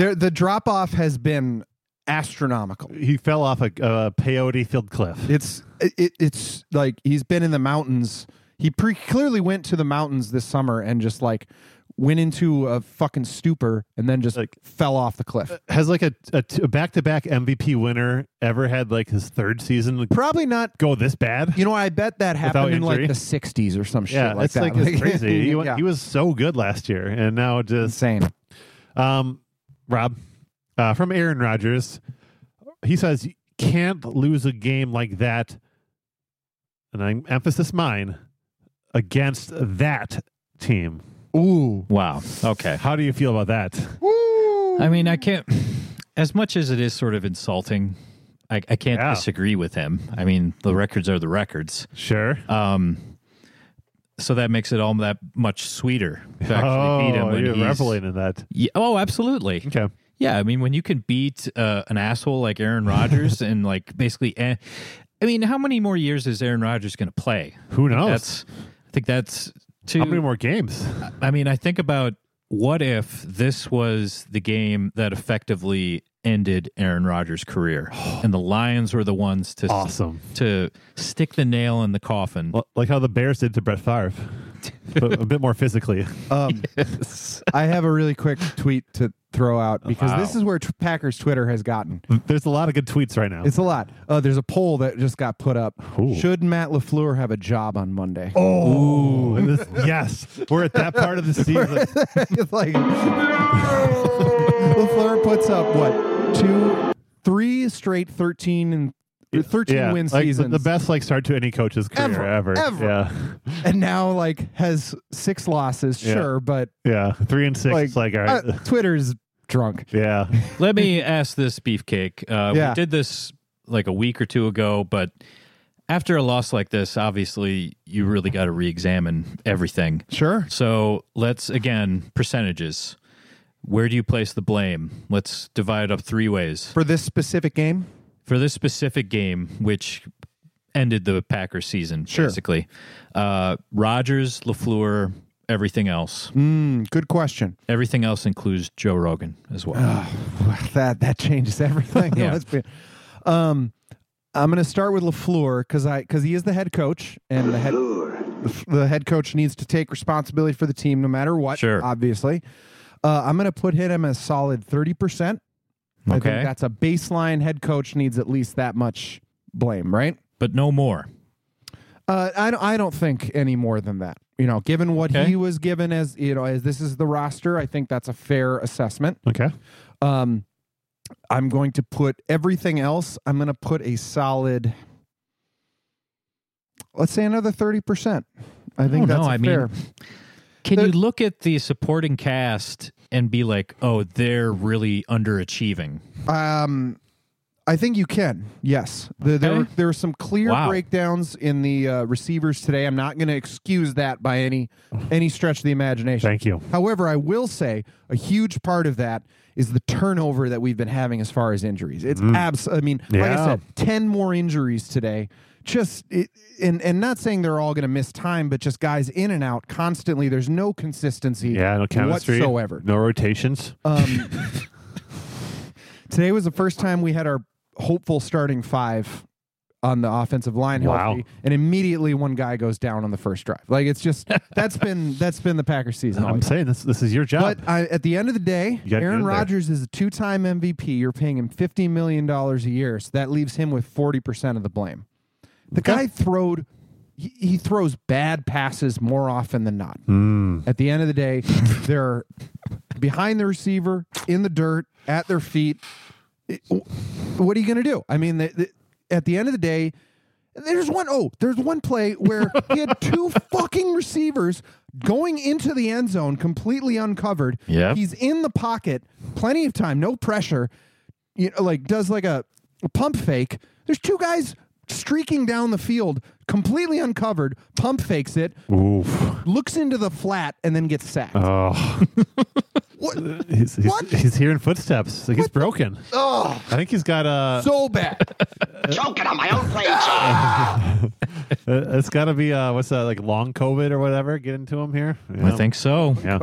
S4: There, the drop off has been astronomical.
S3: he fell off a, a peyote filled cliff.
S4: It's it, it- it's like he's been in the mountains. He pre- clearly went to the mountains this summer and just like went into a fucking stupor, and then just
S3: Like-
S4: fell off the cliff.
S3: Has like a, a t- a back-to-back MVP winner ever had like his third season like,
S4: Probably not.
S3: go this bad?
S4: You know, I bet that happened in like
S3: injury.
S4: the '60s or some
S3: yeah,
S4: shit like
S3: it's
S4: that.
S3: like it's crazy. He, went,
S4: yeah.
S3: he was so good last year, and now just
S4: insane.
S3: um, Rob uh, from Aaron Rodgers. He says you can't lose a game like that, and I emphasis mine against that team.
S4: Ooh.
S1: Wow. Okay.
S3: How do you feel about that?
S1: I mean, I can't. As much as it is sort of insulting, I, I can't
S3: Yeah.
S1: disagree with him. I mean, the records are the records.
S3: Sure.
S1: Um, so that makes it all that much sweeter to actually beat him
S3: Oh,
S1: when
S3: you're
S1: he's-
S3: reveling in that.
S1: Yeah, oh, absolutely.
S3: Okay.
S1: Yeah, I mean, when you can beat uh, an asshole like Aaron Rodgers and like basically, eh, I mean, how many more years is Aaron Rodgers going to play?
S3: Who knows?
S1: That's, I think that's too.
S3: Oh, How many more games?
S1: I mean, I think about what if this was the game that effectively ended Aaron Rodgers' career, and the Lions were the ones to
S3: Awesome.
S1: to stick the nail in the coffin.
S3: Well, like how the Bears did to Brett Favre, but a bit more physically.
S4: Um, I have a really quick tweet to throw out because
S1: Wow.
S4: this is where t- Packers Twitter has gotten.
S3: Um, There's a lot of good tweets right now.
S4: It's a lot. Uh, there's a poll that just got put up.
S3: Ooh.
S4: Should Matt Lafleur have a job on Monday?
S3: oh, yes, we're at that part of the season.
S4: it's like Lafleur puts up what two, three straight thirteen and or thirteen
S3: yeah,
S4: win
S3: like the-
S4: seasons,
S3: The best like start to any coach's career ever.
S4: Ever, ever.
S3: Yeah,
S4: and now like has six losses.
S3: Yeah.
S4: Sure, but
S3: yeah. Three and six.
S4: like,
S3: it's like all right.
S4: uh, Twitter's drunk.
S3: yeah,
S1: Let me ask this beefcake. Uh,
S4: Yeah.
S1: We did this like a week or two ago, but after a loss like this, obviously you really got to re-examine everything.
S4: Sure.
S1: So let's again percentages. Where do you place the blame? Let's divide it up three ways
S4: For this specific game,
S1: for this specific game, which ended the Packers season
S4: Sure.
S1: basically. Uh, Rogers, Lafleur, everything else.
S4: Mm, good question.
S1: Everything else includes Joe Rogan as well.
S4: Ah, that that changes everything.
S1: Yeah.
S4: Let's be- um, I'm going to start with Lafleur because I because he is the head coach and the head the head coach needs to take responsibility for the team no matter what.
S1: Sure.
S4: obviously. Uh, I'm going to put him a solid thirty percent. I
S1: Okay.
S4: think that's a baseline. Head coach needs at least that much blame, right?
S1: but no more.
S4: Uh, I don't. I don't think any more than that. You know, given what
S1: Okay.
S4: he was given as you know as this is the roster, I think that's a fair assessment.
S3: okay.
S4: Um, I'm going to put everything else. I'm going to put a solid, let's say another thirty percent. I think
S1: Oh, no,
S4: that's a
S1: I mean-
S4: fair.
S1: Can
S4: There-
S1: you look at the supporting cast and be like, oh, they're really underachieving?
S4: um, I think you can. Yes, the, there
S1: Okay.
S4: were, there were some clear
S1: Wow.
S4: breakdowns in the uh, receivers today. I'm not going to excuse that by any
S1: Oh.
S4: any stretch of the imagination.
S3: Thank you.
S4: However, I will say a huge part of that is the turnover that we've been having as far as injuries. It's abs. I mean, like I
S3: Mm-hmm. Yeah.
S4: said, ten more injuries today. Just it, and and not saying they're all going to miss time, but just guys in and out constantly. There's no consistency.
S3: Yeah, no chemistry
S4: whatsoever.
S3: No rotations.
S4: Um, today was the first time we had our hopeful starting five on the offensive line
S3: Wow.
S4: healthy, and immediately one guy goes down on the first drive. Like it's just that's been that's been the Packers season. all
S3: I'm
S4: year.
S3: saying this. This is your job.
S4: But I, at the end of the day,
S3: You gotta get
S4: Aaron
S3: in there.
S4: Rodgers is a two-time MVP. You're paying him fifty million dollars a year, so that leaves him with forty percent of the blame. The guy throwed. He, he throws bad passes more often than not.
S3: Hmm.
S4: At the end of the day, they're behind the receiver, in the dirt, at their feet. It- what are you going to do? I mean, the, the, at the end of the day, there's one oh, there's one play where he had two fucking receivers going into the end zone completely uncovered.
S1: Yep.
S4: He's in the pocket, plenty of time, no pressure. You know, like does like a, a pump fake. There's two guys streaking down the field, completely uncovered, pump fakes it,
S3: Oof.
S4: looks into the flat, and then gets sacked.
S3: Oh,
S4: what?
S3: he's, he's,
S4: What?
S3: he's hearing footsteps. Like he's broken.
S4: Oh,
S3: I think he's got a.
S4: so bad.
S5: Choking on my own plate. Jay.
S3: Uh, it's got to be uh, what's that like long COVID or whatever? Get into him here. Yeah.
S1: I think so.
S3: Yeah.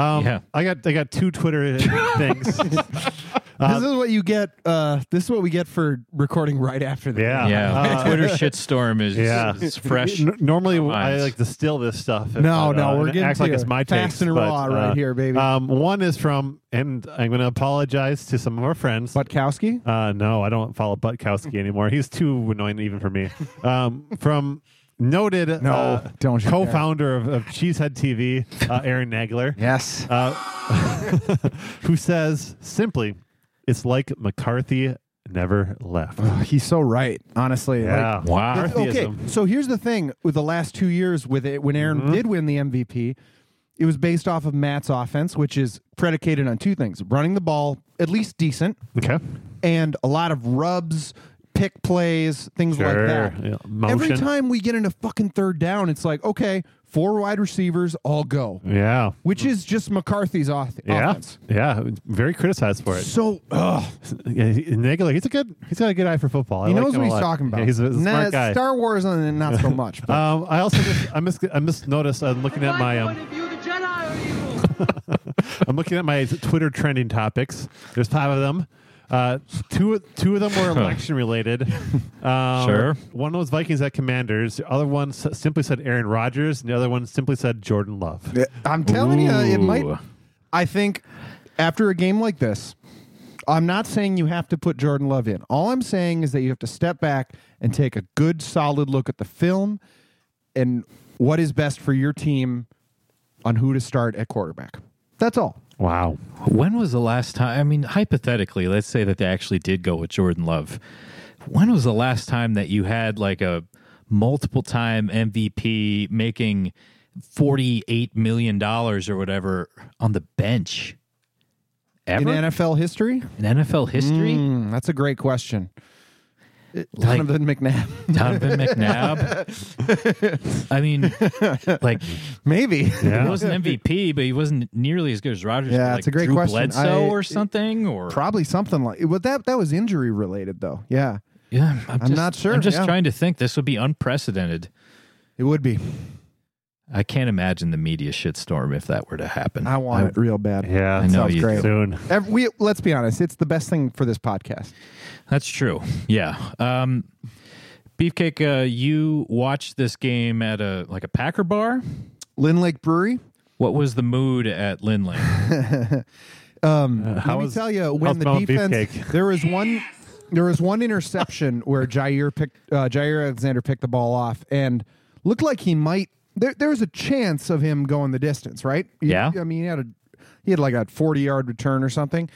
S3: Um,
S1: Yeah.
S3: I got I got two Twitter things.
S4: this is what you get. Uh, this is what we get for recording right after the
S3: Yeah.
S1: Yeah,
S3: Uh,
S1: Twitter shitstorm is
S3: yeah.
S1: it's fresh.
S3: N- normally, I
S1: minds.
S3: like distill this stuff. and,
S4: No, no, we're
S3: and
S4: getting
S3: act
S4: to
S3: like
S4: it.
S3: it's my
S4: Fast
S3: takes,
S4: and
S3: but,
S4: raw right
S3: uh,
S4: here, baby.
S3: Um, one is from, and I'm going to apologize to some of our friends.
S4: Butkowski.
S3: Uh, no, I don't follow Butkowski anymore. He's too annoying even for me. Um, from noted
S4: No,
S3: uh,
S4: don't you dare.
S3: co-founder of, of Cheesehead TV, uh, Aaron Nagler,
S4: Yes.
S3: uh, who says simply, "It's like McCarthy never left."
S4: Oh, He's so right. Honestly. Like,
S3: yeah,
S1: Wow.
S4: It's- okay,
S3: McCarthyism.
S4: so here's the thing with the last two years with it when Aaron
S3: Mm-hmm.
S4: did win the MVP, it was based off of Matt's offense, which is predicated on two things: running the ball at least decent,
S3: Okay.
S4: and a lot of rubs, pick plays, things
S3: Sure.
S4: like that.
S3: Yeah,
S4: Every
S3: motion.
S4: time we get into fucking third down, it's like okay, four wide receivers, all go,
S3: Yeah.
S4: which is just McCarthy's off-
S3: Yeah,
S4: offense.
S3: yeah, very criticized for it.
S4: So, ugh,
S3: Yeah, he- Nagler, he's a good, he's got a good eye for football. I
S4: he
S3: like
S4: knows
S3: him a
S4: what he's
S3: lot.
S4: talking
S3: Yeah,
S4: about.
S3: he's a, he's a
S4: Nah,
S3: smart guy.
S4: Star Wars, and not so much. But
S3: Um, I also just, I just I just noticed I'm looking at my um, I'm looking at my Twitter trending topics. There's five of them. Uh, two two of them were election related. Um,
S1: Sure.
S3: One was Vikings at Commanders. The other one s- simply said Aaron Rodgers. And the other one simply said Jordan Love.
S4: I'm telling you, it might.
S1: Ooh.
S4: I think after a game like this, I'm not saying you have to put Jordan Love in. All I'm saying is that you have to step back and take a good, solid look at the film and what is best for your team on who to start at quarterback. That's all.
S3: Wow.
S1: When was the last time? I mean, hypothetically, let's say that they actually did go with Jordan Love. When was the last time that you had like a multiple time MVP making $48 million or whatever on the bench?
S4: In
S1: Ever? In,
S4: NFL history,
S1: NFL history?
S4: Hmm, that's a great question.
S1: Like-
S4: Donovan McNabb,
S1: Donovan McNabb? I mean, like,
S4: maybe.
S1: he
S3: Yeah.
S1: was an MVP, but he wasn't nearly as good as Rodgers.
S4: Yeah,
S1: Like
S4: it's a great
S1: Drew
S4: question.
S1: Bledsoe
S4: I-
S1: or something? Or
S4: Probably something like, but that that was injury related though. Yeah,
S1: Yeah, I'm, just-
S4: not sure,
S1: I'm just
S4: yeah.
S1: trying to think. This would be unprecedented.
S4: it would be.
S1: I can't imagine the media shitstorm if that were to happen.
S4: I want it real bad.
S3: Yeah.
S1: I know
S4: sounds
S1: you.
S4: great.
S3: Soon.
S4: Ev- we, let's be honest, it's the best thing for this podcast.
S1: That's true. Yeah. Um, Beefcake, uh, you watched this game at a like a Packer bar.
S4: Lynn Lake Brewery.
S1: What was the mood at Lin Lake?
S3: How
S4: Let me
S3: was-
S4: tell you,
S3: how's
S4: when the
S3: Mount
S4: defense
S3: Beefcake?
S4: there was one, there was one interception where Jair picked uh, Jair Alexander picked the ball off and looked like he might. There, there was a chance of him going the distance, right? He-
S1: Yeah.
S4: I mean, he had a he had like a forty yard return or something.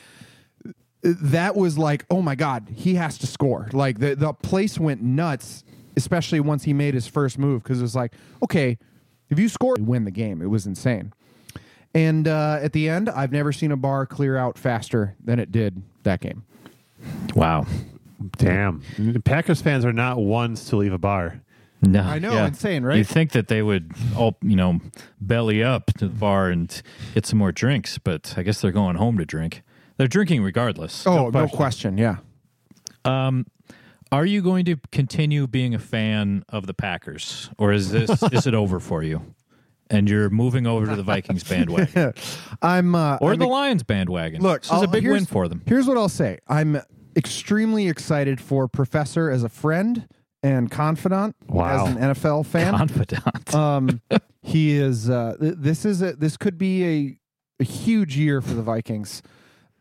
S4: That was like, oh my god, he has to score! Like the the place went nuts, especially once he made his first move because it was like, okay, if you score, you win the game. It was insane. And uh, at the end, I've never seen a bar clear out faster than it did that game.
S1: wow.
S3: Damn. Packers fans are not ones to leave a bar.
S1: No,
S4: I know, insane, right?
S1: You think that they would all, you know, belly up to the bar and get some more drinks, but I guess they're going home to drink. They're drinking regardless.
S4: Oh, no question.
S3: question.
S4: Yeah.
S1: Are you going to continue being a fan of the Packers, or is this is it over for you? And you're moving over to the Vikings bandwagon
S4: I'm. Uh,
S1: or
S4: I'm
S1: the Lions bandwagon.
S4: Look,
S1: this is a
S4: I'll-
S1: big
S4: here's-
S1: win for them.
S4: Here's what I'll say: I'm extremely excited for Professor as a friend and confidant
S3: Wow.
S4: as an NFL fan.
S1: Confidant.
S4: um, he is. Uh, th- this is a, this could be a, a huge year for the Vikings,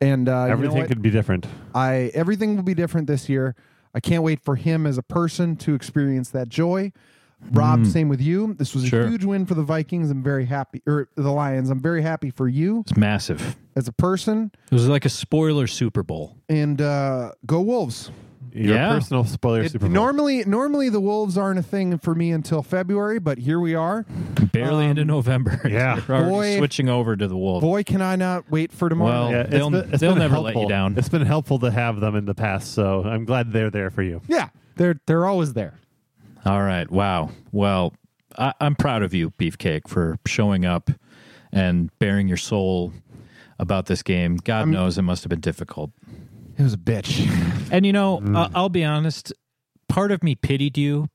S4: and uh, you know
S3: Everything
S4: what?
S3: could be different.
S4: I everything will be different this year. I can't wait for him as a person to experience that joy. Rob, same with you. This was
S1: Sure.
S4: a huge win for the Vikings. I'm very happy, or the Lions. I'm very happy for you
S1: it's massive.
S4: as a person.
S1: It was like a spoiler Super Bowl.
S4: And uh, go Wolves.
S3: Your
S1: Yeah.
S3: personal spoiler
S4: It-
S3: Super Bowl.
S4: normally, normally the Wolves aren't a thing for me until February, but here we are.
S1: Barely into November.
S3: yeah.
S1: You're already
S4: Um, Boy-
S1: switching over to the Wolves.
S4: Boy, can I not wait for tomorrow?
S1: Well,
S3: Yeah, it's
S1: They'll-
S3: been- it's
S1: they'll
S3: been
S1: never let you
S3: helpful.
S1: down.
S3: It's been helpful to have them in the past, so I'm glad they're there for you.
S4: yeah, they're they're always there.
S1: All right. Wow. Well, I, I'm proud of you, Beefcake, for showing up and bearing your soul about this game. God knows it must have been difficult.
S4: It was a bitch.
S1: And you know,
S4: Mm.
S1: I- I'll be honest. Part of me
S4: Mm.
S1: pitied you,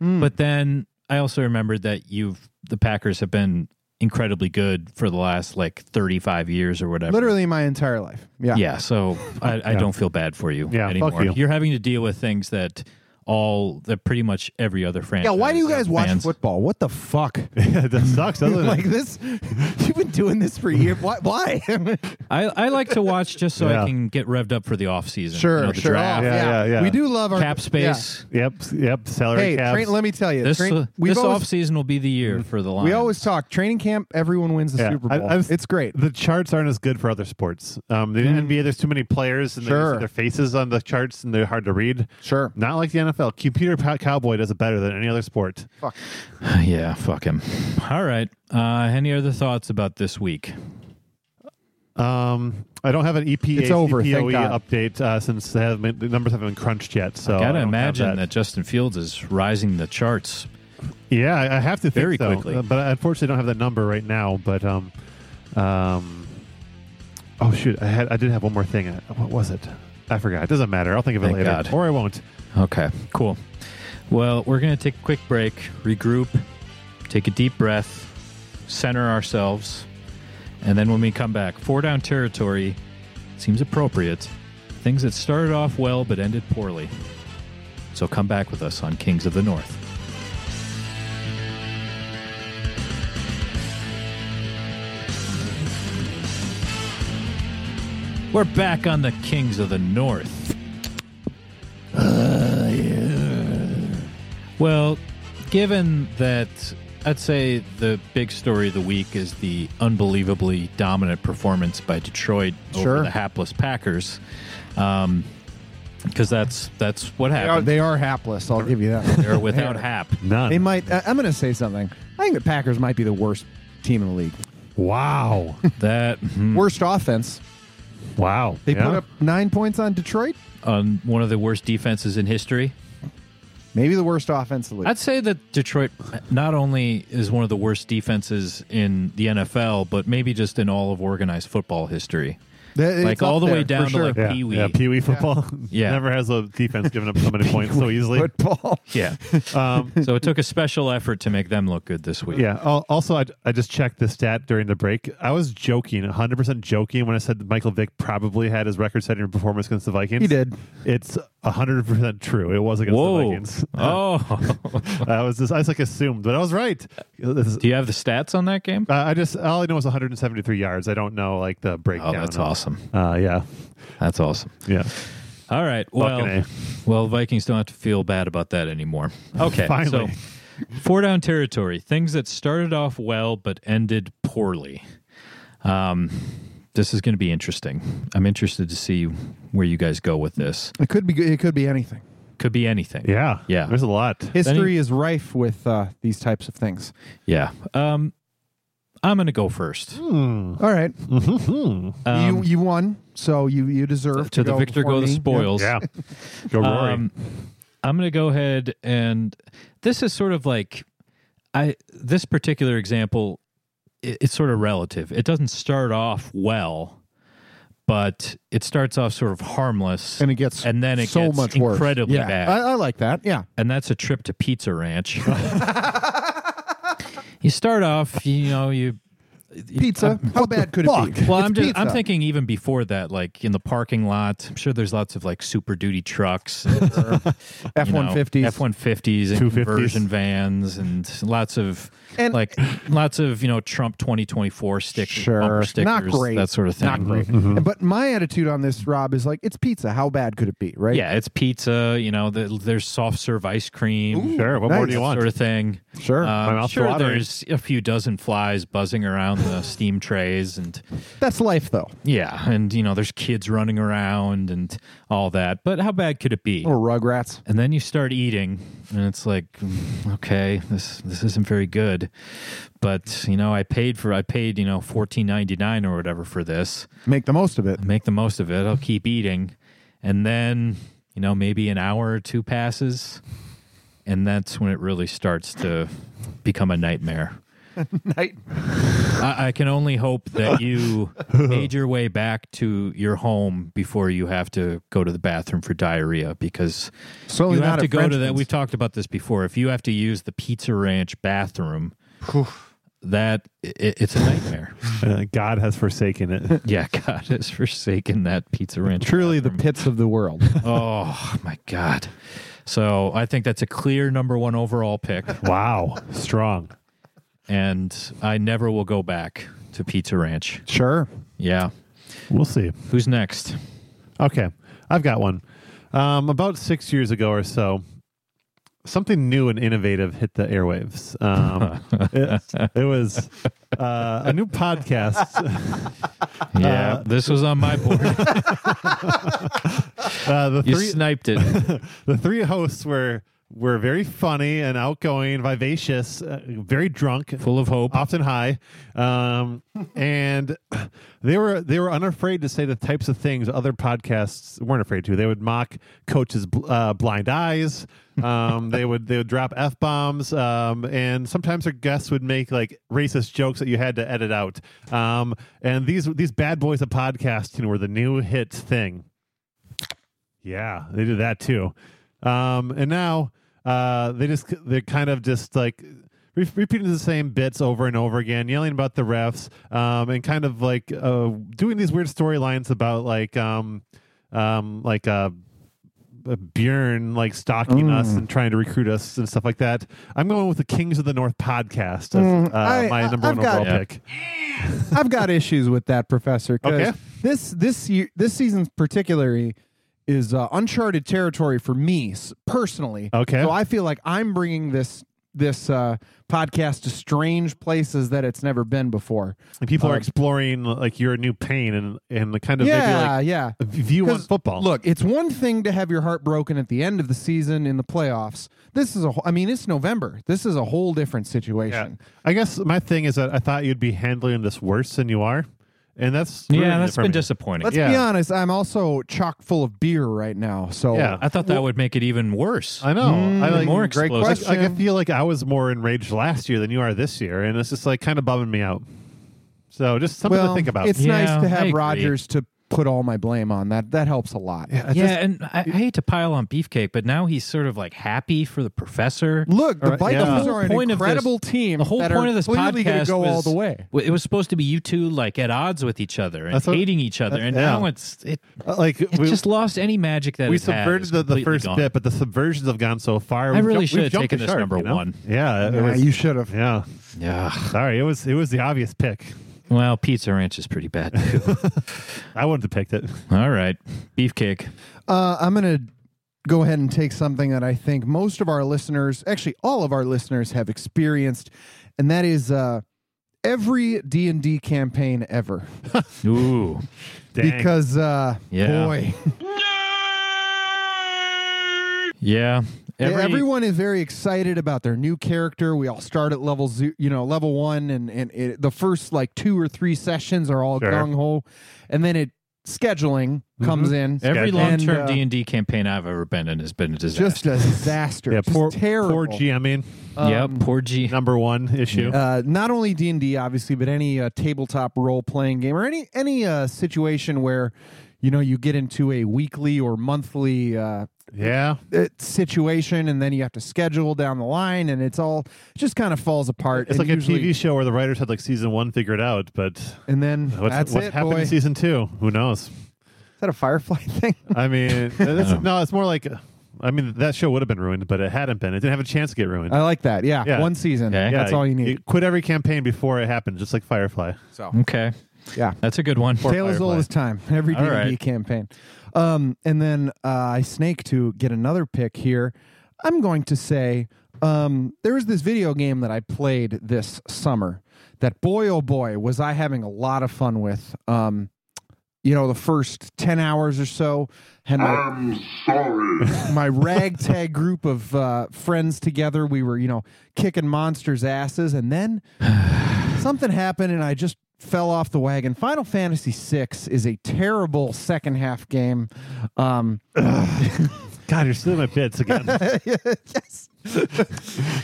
S1: but then I also remembered that you've the Packers have been incredibly good for the last like 35 years or whatever.
S4: Literally my entire life. Yeah.
S1: Yeah. So I, I don't feel bad for you
S3: Yeah, fuck
S1: anymore.
S3: you.
S1: are having to deal with things that all that pretty much every other
S4: Yeah,
S1: franchise.
S4: why do you guys
S1: and
S4: watch
S1: fans-
S4: football? What the fuck?
S3: that sucks, doesn't
S4: like
S3: it?
S4: this, you've been doing this for years. Why? Why?
S1: I, I like to watch just so
S3: Yeah.
S1: I can get revved up for the off season.
S4: sure,
S1: you know, the
S4: sure. Oh,
S1: Draft,
S3: Yeah, yeah, yeah.
S4: We do love our
S1: cap
S4: yeah.
S1: space.
S3: Yep, yep. Salary
S4: Hey,
S3: caps.
S4: train, let me tell you,
S1: This
S4: train-
S1: uh,
S4: we've
S1: this
S4: always,
S1: off season will be the year
S3: Mm-hmm.
S1: for the Lions.
S4: we always talk training camp. Everyone wins the
S3: Yeah,
S4: Super
S3: I-
S4: Bowl.
S3: I've-
S4: it's great. Mm-hmm.
S3: the charts aren't as good for other sports. Um, the NBA, there's too many players and they just
S4: Sure.
S3: see their faces on the charts and they're hard to read.
S4: Sure.
S3: Not like the NFL. Computer Pow- Cowboy does it better than any other sport.
S1: yeah, fuck him. All right. Uh, any other thoughts about this week?
S3: Oh, Um, I don't have an EPA
S4: It's over, thank
S3: CPOE
S4: God.
S3: update uh, since they haven't been, the numbers haven't been crunched yet. So I
S1: Gotta
S3: don't have
S1: imagine that. Justin Fields is rising the charts.
S3: Yeah, I I have to think
S1: Very
S3: so.
S1: quickly.
S3: Uh, but I unfortunately don't have that number right now. But um, um, oh shoot, I had I did have one more thing. Uh, What was it? I forgot. It doesn't matter. I'll think of it
S1: Thank
S3: later,
S1: God.
S3: or I won't.
S1: Okay, cool. Well, we're gonna take a quick break, regroup, take a deep breath, center ourselves, and then when we come back, four down territory seems appropriate. Things that started off well but ended poorly. So come back with us on Kings of the North. We're back on the Kings of the North. Well, given that I'd say the big story of the week is the unbelievably dominant performance by Detroit
S4: Sure.
S1: over the hapless Packers, because that's that's what
S4: They are,
S1: happened.
S4: they are hapless. I'll give you that.
S1: They're without Hap.
S3: None.
S4: They might. I I'm going to say something. I think the Packers might be the worst team in the league.
S3: wow,
S1: That mm,
S4: Worst offense.
S3: wow.
S4: They
S3: Yeah.
S4: put up nine points on Detroit.
S1: on one of the worst defenses in history.
S4: Maybe the worst offense in the league.
S1: I'd say that Detroit not only is one of the worst defenses in the NFL, but maybe just in all of organized football history.
S4: That- it's
S1: like
S4: up
S1: all the
S4: there,
S1: way
S4: for
S1: down to,
S4: sure.
S1: like,
S3: Yeah,
S1: Pee-wee.
S3: yeah, Pee-wee football.
S1: Yeah.
S3: never has a defense giving up so many points so easily.
S4: football.
S1: Yeah.
S3: Um,
S1: so it took a special effort to make them look good this week.
S3: Yeah. Al- Also, I, I just checked the stat during the break. I was joking, 100% joking, when I said that Michael Vick probably had his record setting performance against the Vikings.
S4: He did.
S3: It's 100% true. It was against the
S1: Whoa.
S3: Vikings.
S1: Oh.
S3: I was just, I just like assumed, but I was right. This is-
S1: Do you have the stats on that game?
S3: uh, I just, all I know is 173 yards. I don't know like the breakdown.
S1: Oh, that's
S3: of-
S1: awesome.
S3: Uh, yeah.
S1: That's awesome.
S3: Yeah.
S1: All right. Well,
S3: Fucking
S1: well, Vikings don't have to feel bad about that anymore. Okay.
S3: Finally.
S1: So, four down territory. Things that started off well but ended poorly. Um, this is going to be interesting. I'm interested to see where you guys go with this.
S4: It could be. good- It could be anything.
S1: Could be anything.
S3: Yeah.
S1: Yeah.
S3: There's a lot.
S4: History is rife with uh, these types of things.
S1: Yeah. Um, I'm going to go first.
S4: All right,
S1: Um,
S4: you you won, so you you deserve
S1: to
S4: to
S1: the
S4: go
S1: victor
S4: before
S1: go the
S4: me.
S1: spoils.
S3: yeah. Go Rory.
S1: Um, I'm going to go ahead and this is sort of like I this particular example i it's sort of relative. It doesn't start off well, but it starts off sort of harmless
S4: and it gets
S1: and then it
S4: so
S1: gets
S4: much worse.
S1: incredibly
S4: Yeah,
S1: bad.
S4: I, I like that. Yeah,
S1: and that's a trip to Pizza Ranch. you start off, you know, you
S4: pizza. How bad could it be?
S1: Um, Well,
S4: It's
S1: I'm just,
S4: pizza.
S1: I'm thinking even before that, like in the parking lot. I'm sure there's lots of like super duty trucks, F
S4: F-150s.
S1: F one fifties, and
S3: 250s.
S1: conversion vans, and lots of
S4: And-
S1: like lots of you know Trump 2024 stickers, bumper stickers,
S4: not great.
S1: that sort of thing. Mhm. Mm-hmm.
S4: Not great. But my attitude on this, Rob, is like it's pizza. How bad could it be? Right?
S1: Yeah, it's pizza. You know, the, there's soft serve ice cream.
S3: sure. What more
S4: nice.
S3: do you want?
S1: Sort of thing.
S4: Sure.
S1: Um,
S3: My mouth's
S1: sure,
S3: watering.
S1: there's a few dozen flies buzzing around the steam trays, and
S4: That's life, though.
S1: Yeah, and you know, there's kids running around and all that. But how bad could it be?
S4: Or Rugrats.
S1: And then you start eating, and it's like, mm, okay, this this isn't very good. But you know, I paid for I paid you know fourteen ninety nine or whatever for this.
S4: Make the most of it.
S1: Make the most of it. I'll keep eating, and then you know maybe an hour or two passes, and that's when it really starts to become a nightmare.
S4: Night.
S1: I, I can only hope that you made your way back to your home before you have to go to the bathroom for diarrhea because
S4: Certainly
S1: you
S4: Oh, not
S1: have to go
S4: at
S1: to that.
S4: Frenchman's.
S1: We've talked about this before. If you have to use the Pizza Ranch bathroom, that it, it's a nightmare.
S3: Uh, God has forsaken it.
S1: yeah, God has forsaken that pizza ranch.
S4: Truly the
S1: bathroom.
S4: pits of the world.
S1: Oh my God. So I think that's a clear number one overall pick,
S3: wow, strong.
S1: and I never will go back to Pizza Ranch.
S4: sure.
S1: Yeah.
S3: We'll see.
S1: Who's next?
S3: Okay, I've got one. Um, about six years ago or so, something new and innovative hit the airwaves. Um, it, it was uh, a new podcast.
S4: Uh,
S1: Yeah, this was on my board.
S3: Uh, the
S1: you
S3: three
S1: sniped it.
S3: the three hosts were were very funny and outgoing, vivacious, uh, very drunk,
S1: Full of hope.
S3: often high, um, and they were they were unafraid to say the types of things other podcasts weren't afraid to. They would mock coaches' bl- uh, blind eyes. Um, they would they would drop f bombs, um, and sometimes their guests would make like racist jokes that you had to edit out. Um, and these these bad boys of podcasting were the new hits thing. Yeah, they did that too. Um, and now uh, they just they're kind of just like re- repeating the same bits over and over again, yelling about the refs, um, and kind of like uh, doing these weird storylines about like um, um, like uh, uh, Bjorn like stalking
S4: Mm.
S3: us and trying to recruit us and stuff like that. I'm going with the Kings of the North podcast as uh,
S4: Mm, I-
S3: my
S4: I-
S3: number
S4: I've
S3: one
S4: got-
S3: overall
S1: Yeah.
S3: pick.
S4: I've got issues with that, Professor. 'cause
S3: Okay.
S4: This this year, this season's particularly is uh, uncharted territory for me s- personally.
S3: Okay.
S4: So I feel like I'm bringing this this uh, podcast to strange places that it's never been before.
S3: And people are
S4: Um,
S3: exploring like your new pain and and the kind of
S4: yeah,
S3: maybe
S4: yeah.
S3: like view on
S4: 'Cause,
S3: football.
S4: Look, it's one thing to have your heart broken at the end of the season in the playoffs. This is a wh- I mean, it's November. This is a whole different
S3: Yeah.
S4: situation.
S3: I guess my thing is that I thought you'd be handling this worse than you are. And that's
S1: Yeah, that's
S3: that's
S1: been disappointing.
S4: Let's
S3: Yeah.
S4: be honest, I'm also chock full of beer right now. So
S3: Yeah.
S1: I thought that would make it even worse.
S3: I know. I like
S1: Mm, more
S3: great
S1: explosive.
S3: question. Like, I
S4: question.
S3: feel like I was more enraged last year than you are this year, and it's just like kind of bumming me out. So just something
S4: well,
S3: to think about.
S4: It's
S1: Yeah,
S4: nice to
S1: I agree.
S4: have Rogers to put all my blame on. That that helps a lot.
S3: I
S1: yeah,
S3: just-
S1: and I, I hate to pile on Beefcake, but now he's sort of like happy for the professor.
S4: Look, the
S3: Alright,
S4: Vikings
S3: yeah. The
S4: are an
S1: point of this-
S4: incredible team.
S1: The whole
S4: that
S1: point
S4: are
S1: of this
S4: clearly gonna
S1: podcast
S4: go
S1: was
S4: all the way.
S1: w- It was supposed to be you two like at odds with each other and
S3: That's what-
S1: hating each other, and
S3: yeah.
S1: now it's it,
S3: Uh, like
S1: it just lost any magic that
S3: we
S1: it had.
S3: subverted
S1: It's
S3: the, the
S1: completely
S3: first
S1: gone.
S3: bit, but the subversions have gone so far.
S1: I
S3: We've
S1: really
S3: jumped-
S1: should
S3: we've
S1: have
S3: jumped the
S1: taken this
S3: shark,
S1: number
S3: you know?
S1: one.
S3: Yeah, it
S4: Yeah,
S3: was-
S4: you should have.
S3: yeah.
S1: Yeah.
S3: Sorry, it was it was the obvious pick.
S1: Well, Pizza Ranch is pretty bad too.
S3: I wouldn't have picked it.
S1: All right, Beefcake.
S4: Uh, I'm going to go ahead and take something that I think most of our listeners, actually all of our listeners, have experienced, and that is uh, every D and D campaign ever.
S1: Ooh,
S3: Dang.
S4: Because uh,
S1: Yeah.
S4: boy,
S1: yeah. Every-
S4: everyone is very excited about their new character. We all start at level zero, you know, level one, and and it, the first like two or three sessions are all
S3: Sure.
S4: gung ho, and then it scheduling
S3: Mm-hmm.
S4: comes in.
S1: Every
S3: Schedule.
S1: long-term
S4: And, uh,
S1: D and D campaign I've ever been in has been a
S4: Just
S1: disaster.
S4: a disaster.
S3: yeah,
S4: Just
S3: poor
S4: terrible.
S3: poor GMing
S1: yep,
S4: um,
S1: poor G.
S3: number one issue.
S4: uh, not only D and D, obviously, but any uh, tabletop role playing game or any any uh, situation where you know you get into a weekly or monthly uh,
S3: yeah.
S4: uh, situation, and then you have to schedule down the line, and it's all it just kind of falls apart.
S3: It's
S4: and
S3: like a TV show where the writers had like season one figured out, but
S4: and then
S3: what's,
S4: that's
S3: what's
S4: it,
S3: happened
S4: boy.
S3: in season two? Who knows?
S4: Is that a Firefly thing?
S3: I mean, that's, no, it's more like, uh, I mean, that show would have been ruined, but it hadn't been. It didn't have a chance to get ruined.
S4: I like that. Yeah,
S3: Yeah.
S4: one season.
S1: Okay.
S4: That's all you need.
S3: quit every campaign before it happened, just like Firefly.
S1: Okay,
S4: yeah.
S1: that's a good one.
S4: Tale as old
S3: Firefly.
S4: as time. Every D
S1: All
S4: and D
S1: right.
S4: campaign, um, and then uh, I snake to get another pick here. I'm going to say um, there was this video game that I played this summer. That boy, oh boy, was I having a lot of fun with. Um, you know, the first ten hours or so, had my
S2: I'm sorry.
S4: my ragtag group of uh, friends together. We were, you know, kicking monsters' asses, and then something happened, and I just fell off the wagon. Final Fantasy VI is a terrible second half game. Um,
S3: God, you're stealing my bits again.
S4: yes.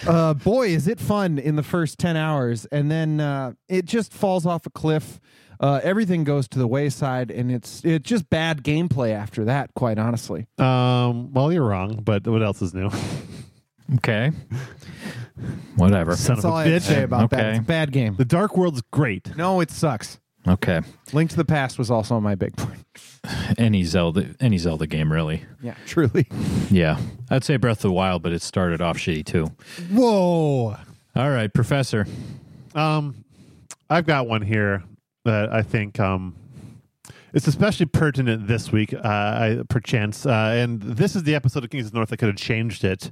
S4: uh, boy, is it fun in the first 10 hours. And then uh, it just falls off a cliff. Uh, everything goes to the wayside, and it's it's just bad gameplay after that, quite honestly.
S3: um, well, you're wrong, but what else is new?
S1: Okay. Whatever.
S3: Son
S4: That's
S3: of
S4: all
S3: a
S4: I have to
S3: bitch.
S4: say about that.
S1: Okay.
S4: It's a bad game.
S3: The Dark World's great.
S4: No, it sucks.
S1: Okay.
S4: Link to the Past was also my big point.
S1: Any Zelda any Zelda game really.
S4: Yeah, truly.
S1: Yeah. I'd say Breath of the Wild, but it started off shitty too.
S3: Whoa.
S1: All right, Professor.
S3: Um, I've got one here that I think um, it's especially pertinent this week, uh, I, perchance. Uh, and this is the episode of Kings of the North that could have changed it,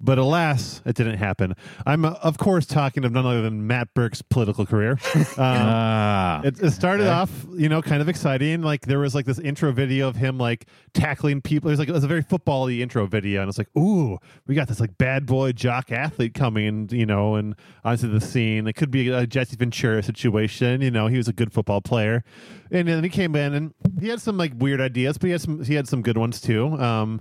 S3: but alas, it didn't happen. I'm, uh, of course, talking of none other than Matt Burke's political career. Um,
S1: Ah.
S3: It, it started off, you know, kind of exciting. Like there was like this intro video of him like tackling people. It was like it was a very football-y intro video, and it's like, ooh, we got this like bad boy jock athlete coming, you know, and onto the scene. It could be a Jesse Ventura situation. You know, he was a good football player, and then he came in and he had some like weird ideas, but he had some he had some good ones too. Um,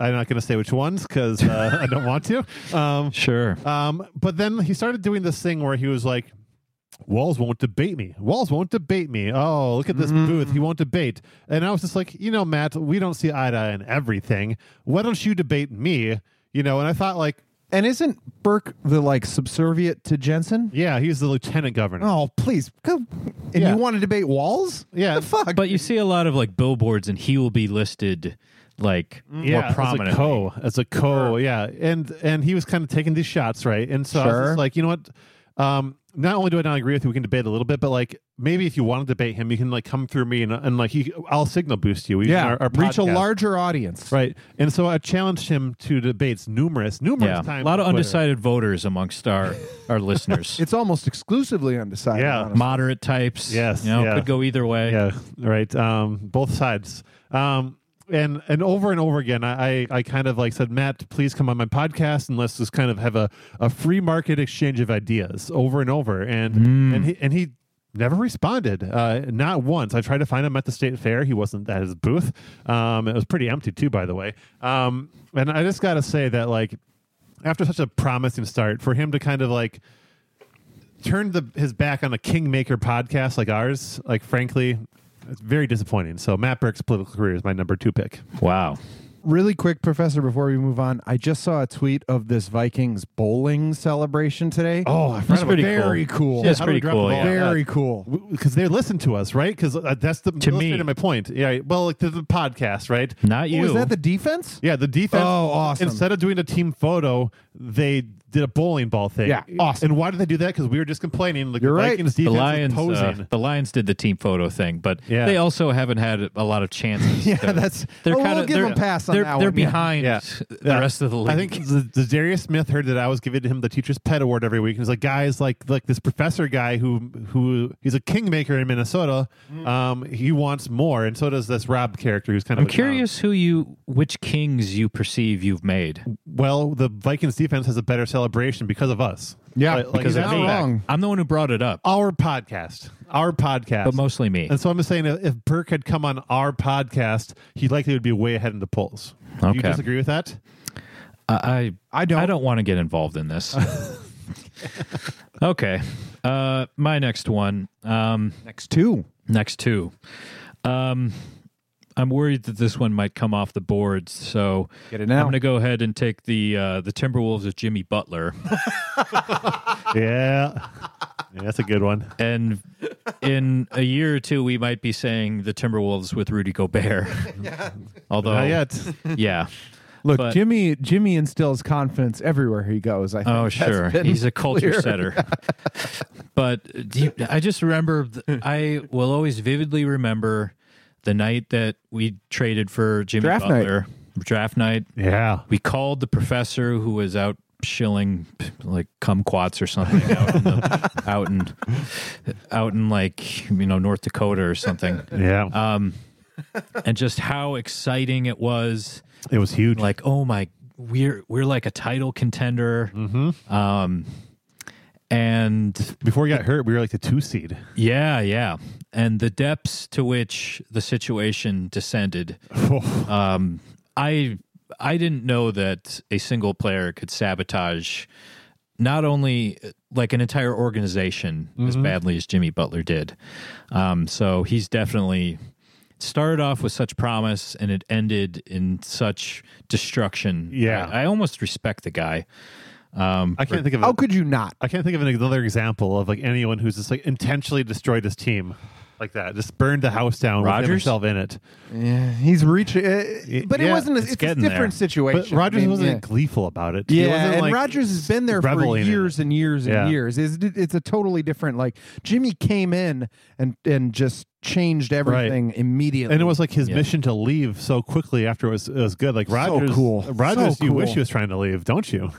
S3: I'm not going to say which ones because uh, I don't want to. Um,
S1: sure.
S3: um, but then he started doing this thing where he was like, Walls won't debate me. Walls won't debate me. Oh, look at this
S4: Mm.
S3: booth. He won't debate. And I was just like, you know, Matt, we don't see eye to eye in everything. Why don't you debate me? You know, and I thought, like,
S4: And isn't Burke the like subservient to Jensen?
S3: yeah, he's the lieutenant governor.
S4: Oh, please. Go. And
S3: Yeah.
S4: you want to debate walls?
S3: Yeah.
S4: The fuck?
S1: But you see a lot of like billboards and he will be listed like
S3: Mm, yeah,
S1: more prominent.
S3: as a co, as a co, yeah, and and he was kind of taking these shots, right? And so I was
S4: Sure.
S3: just like, you know what? Um, not only do I not agree with you, we can debate a little bit, but like maybe if you want to debate him, you can like come through me and, and like he, I'll signal boost you. We
S4: yeah,
S3: our, our
S4: reach a
S3: podcast.
S4: larger audience.
S3: right. And so I challenged him to debates numerous, numerous
S1: yeah.
S3: times.
S1: A lot of
S3: on Twitter.
S1: undecided voters amongst our our listeners.
S4: It's almost exclusively undecided.
S3: Yeah.
S4: honestly.
S1: Moderate types.
S3: Yes,
S1: You know,
S3: yeah.
S1: could go either way.
S3: Yeah, right. Um, both sides. Um, and and over and over again, I, I I kind of like said, Matt, please come on my podcast and let's just kind of have a, a free market exchange of ideas over and over. And and he and he never responded, uh, not once. I tried to find him at the state fair. He wasn't at his booth. Um, it was pretty empty too, by the way. Um, and I just got to say that like after such a promising start, for him to kind of like turned the, his back on a kingmaker podcast like ours, like frankly, it's very disappointing. So Matt Burke's political career is my number two pick.
S1: Wow.
S4: Really quick, Professor, before we move on, I just saw a tweet of this Vikings bowling celebration today.
S3: Oh, I
S1: That's pretty
S4: Very cool.
S1: Yeah, it's
S3: How do we
S1: pretty
S3: drop
S1: cool.
S3: the ball?
S1: Yeah.
S4: Very cool.
S3: because they listen to us, right? Because uh, that's the to
S1: me.
S3: my point. Yeah, well, like the, the podcast, right?
S1: Not
S4: Oh,
S1: you.
S4: is that the defense?
S3: Yeah, the defense.
S4: Oh, awesome.
S3: Instead of doing a team photo, they did a bowling ball thing.
S4: Yeah, awesome.
S3: And why did they do that? Because we were just complaining. Like,
S4: You're
S3: the
S4: right.
S3: Vikings
S1: the
S3: defense is
S1: Lions, uh,
S3: posing.
S1: the Lions did the team photo thing, but
S3: Yeah.
S1: they also haven't had a lot of chances.
S4: Yeah,
S1: to-
S4: that's- oh, we'll
S1: kinda-
S4: give them a pass on
S1: they're,
S4: that
S1: They're
S4: one, yeah.
S1: behind
S3: Yeah.
S1: the
S3: Yeah.
S1: rest of the league.
S3: I think the, the Darius Smith heard that I was giving him the teacher's pet award every week. And he's like, guys, like like this professor guy who who he's a kingmaker in Minnesota.
S4: Mm.
S3: Um, he wants more, and so does this Rob character who's kind of
S1: I'm
S3: a uh, clown.
S1: curious who you, which kings you perceive you've made.
S3: Well, the Vikings defense has a better celebration because of us.
S4: Yeah,
S3: Like- like
S4: because
S3: he's
S4: of
S3: not
S4: me.
S3: wrong.
S1: I'm the one who brought it up,
S3: Our podcast, our podcast,
S1: but mostly me.
S3: And so I'm just saying, uh, if if Burke had come on our podcast, he likely would be way ahead in the polls. Do you
S1: Okay.
S3: disagree with that?
S1: I,
S4: I don't.
S1: I don't want to get involved in this. okay, uh, my next one. Um,
S4: Next two.
S1: next two. Um, I'm worried that this one might come off the boards, so
S4: Get it now.
S1: I'm going to go ahead and take the uh, the Timberwolves with Jimmy Butler,
S3: yeah. yeah, that's a good one.
S1: and in a year or two we might be saying the Timberwolves with Rudy Gobert. Although,
S3: Not yet.
S1: yeah.
S4: Look,
S1: But-
S4: Jimmy. Jimmy instills confidence everywhere he goes. I think.
S1: Oh,
S4: That's
S1: sure.
S4: been
S1: He's a culture
S4: clear.
S1: setter. but do you, I just remember, th- I will always vividly remember the night that we traded for Jimmy
S4: Draft night.
S1: Butler, draft night.
S3: Yeah.
S1: We called the professor who was out shilling like kumquats or something out in, the, out in out in like you know North Dakota or something,
S3: Yeah.
S1: Um, and just how exciting it was.
S3: it was huge.
S1: Like, oh my, we're we're like a title contender. Um, and
S3: Before he got hurt, we were like the two seed.
S1: yeah, yeah, and the depths to which the situation descended. um, I I didn't know that a single player could sabotage not only uh, like an entire organization as
S4: Mm-hmm.
S1: badly as Jimmy Butler did. Um, so he's definitely started off with such promise and it ended in such destruction.
S3: Yeah.
S1: I, I almost respect the guy. Um,
S3: I can't think of.
S4: How
S3: A,
S4: could you not?
S3: I can't think of another example of like anyone who's just like intentionally destroyed his team like that, just burned the house down with
S1: Rodgers?
S3: himself in it.
S4: Yeah, he's reaching,
S3: Y-
S4: but it
S3: yeah,
S4: wasn't. A,
S1: it's
S4: it's, a
S1: getting
S4: different
S1: there.
S3: But
S4: situation.
S3: Rogers
S4: I mean,
S3: wasn't
S4: yeah.
S3: gleeful about it. He
S4: Yeah,
S3: wasn't,
S4: and
S3: like,
S4: Rogers has been there for
S3: reveling in it.
S4: years and years and
S3: Yeah.
S4: years. It's, it's a totally different. Like Jimmy came in and and just changed everything immediately.
S3: And it was like his
S1: Yeah.
S3: mission to leave so quickly after it was, it was good. Like Rogers,
S4: cool.
S3: Rogers,
S4: So
S3: you wish
S4: cool.
S3: he was trying to leave, don't you?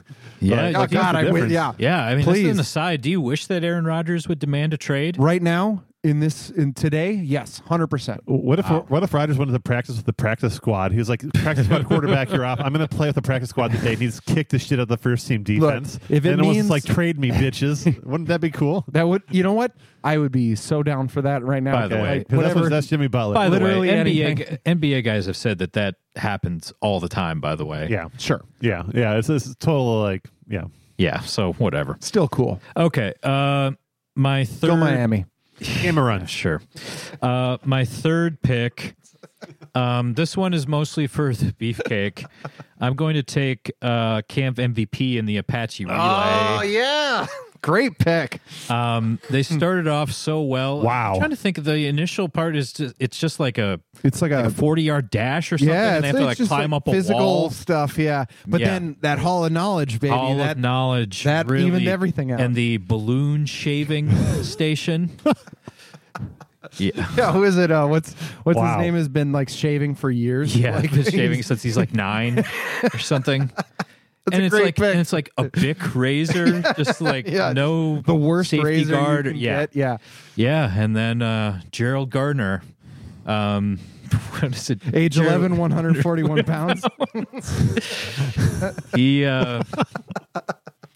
S1: Yeah,
S3: Like,
S4: oh
S3: like, here's
S4: God,
S3: the
S4: I wish.
S3: difference.
S4: Yeah,
S1: yeah, I mean, that's
S4: Please.
S1: an aside. Do you wish that Aaron Rodgers would demand a trade?
S4: right now in this in today, yes, hundred percent.
S3: What if what if Rodgers went to practice with the practice squad? He was like, practice squad quarterback, you're off. I'm going to play with the practice squad today. And he's kicked the shit out of the first team defense.
S4: if it
S3: and was
S4: means-
S3: like, trade me, bitches. Wouldn't that be cool?
S4: That would you know what? I would be so down for that right now.
S1: By the way,
S3: 'Cause
S4: Like,
S3: that's,
S4: whatever.
S3: what, that's Jimmy Butler.
S1: By the
S4: Literally
S1: way, NBA,
S4: anything.
S1: gu- NBA guys have said that that happens all the time. By the way,
S3: yeah,
S4: sure,
S3: yeah, yeah. It's this total like, yeah.
S1: yeah. So whatever.
S4: still cool.
S1: Okay, uh, my third.
S4: Go Miami.
S3: Game a run.
S1: Sure. Uh, my third pick. Um, this one is mostly for the beefcake. I'm going to take uh, Camp MVP in the Apache Relay.
S4: Oh, yeah, great pick.
S1: Um, they
S4: Hmm.
S1: started off so well.
S3: Wow.
S1: I'm trying to think of the initial part is just, it's just like a
S4: It's like a,
S1: 40 yard dash or something. and
S4: yeah. it's
S1: they have to
S4: it's
S1: like
S4: just
S1: climb
S4: like
S1: up a
S4: physical
S1: wall.
S4: stuff. Yeah, but
S1: Yeah.
S4: then that hall of knowledge, baby.
S1: All
S4: that
S1: of knowledge
S4: that
S1: really,
S4: evened everything out.
S1: and the balloon shaving station. Yeah,
S4: Yeah, who is it? Uh, what's what's
S3: Wow.
S4: his name has been like shaving for years.
S1: yeah,
S4: like,
S1: like shaving since he's like nine or something. and
S4: a
S1: it's
S4: great
S1: like
S4: pick.
S1: and it's like a Bic razor, just like
S4: Yeah,
S1: no
S4: the worst
S1: safety
S4: razor
S1: guard.
S4: You can
S1: yeah,
S4: get. yeah.
S1: yeah, and then uh, Gerald Gardner. Um, what is it?
S4: Age
S1: Gerald-
S4: 11, 141 pounds.
S1: He uh,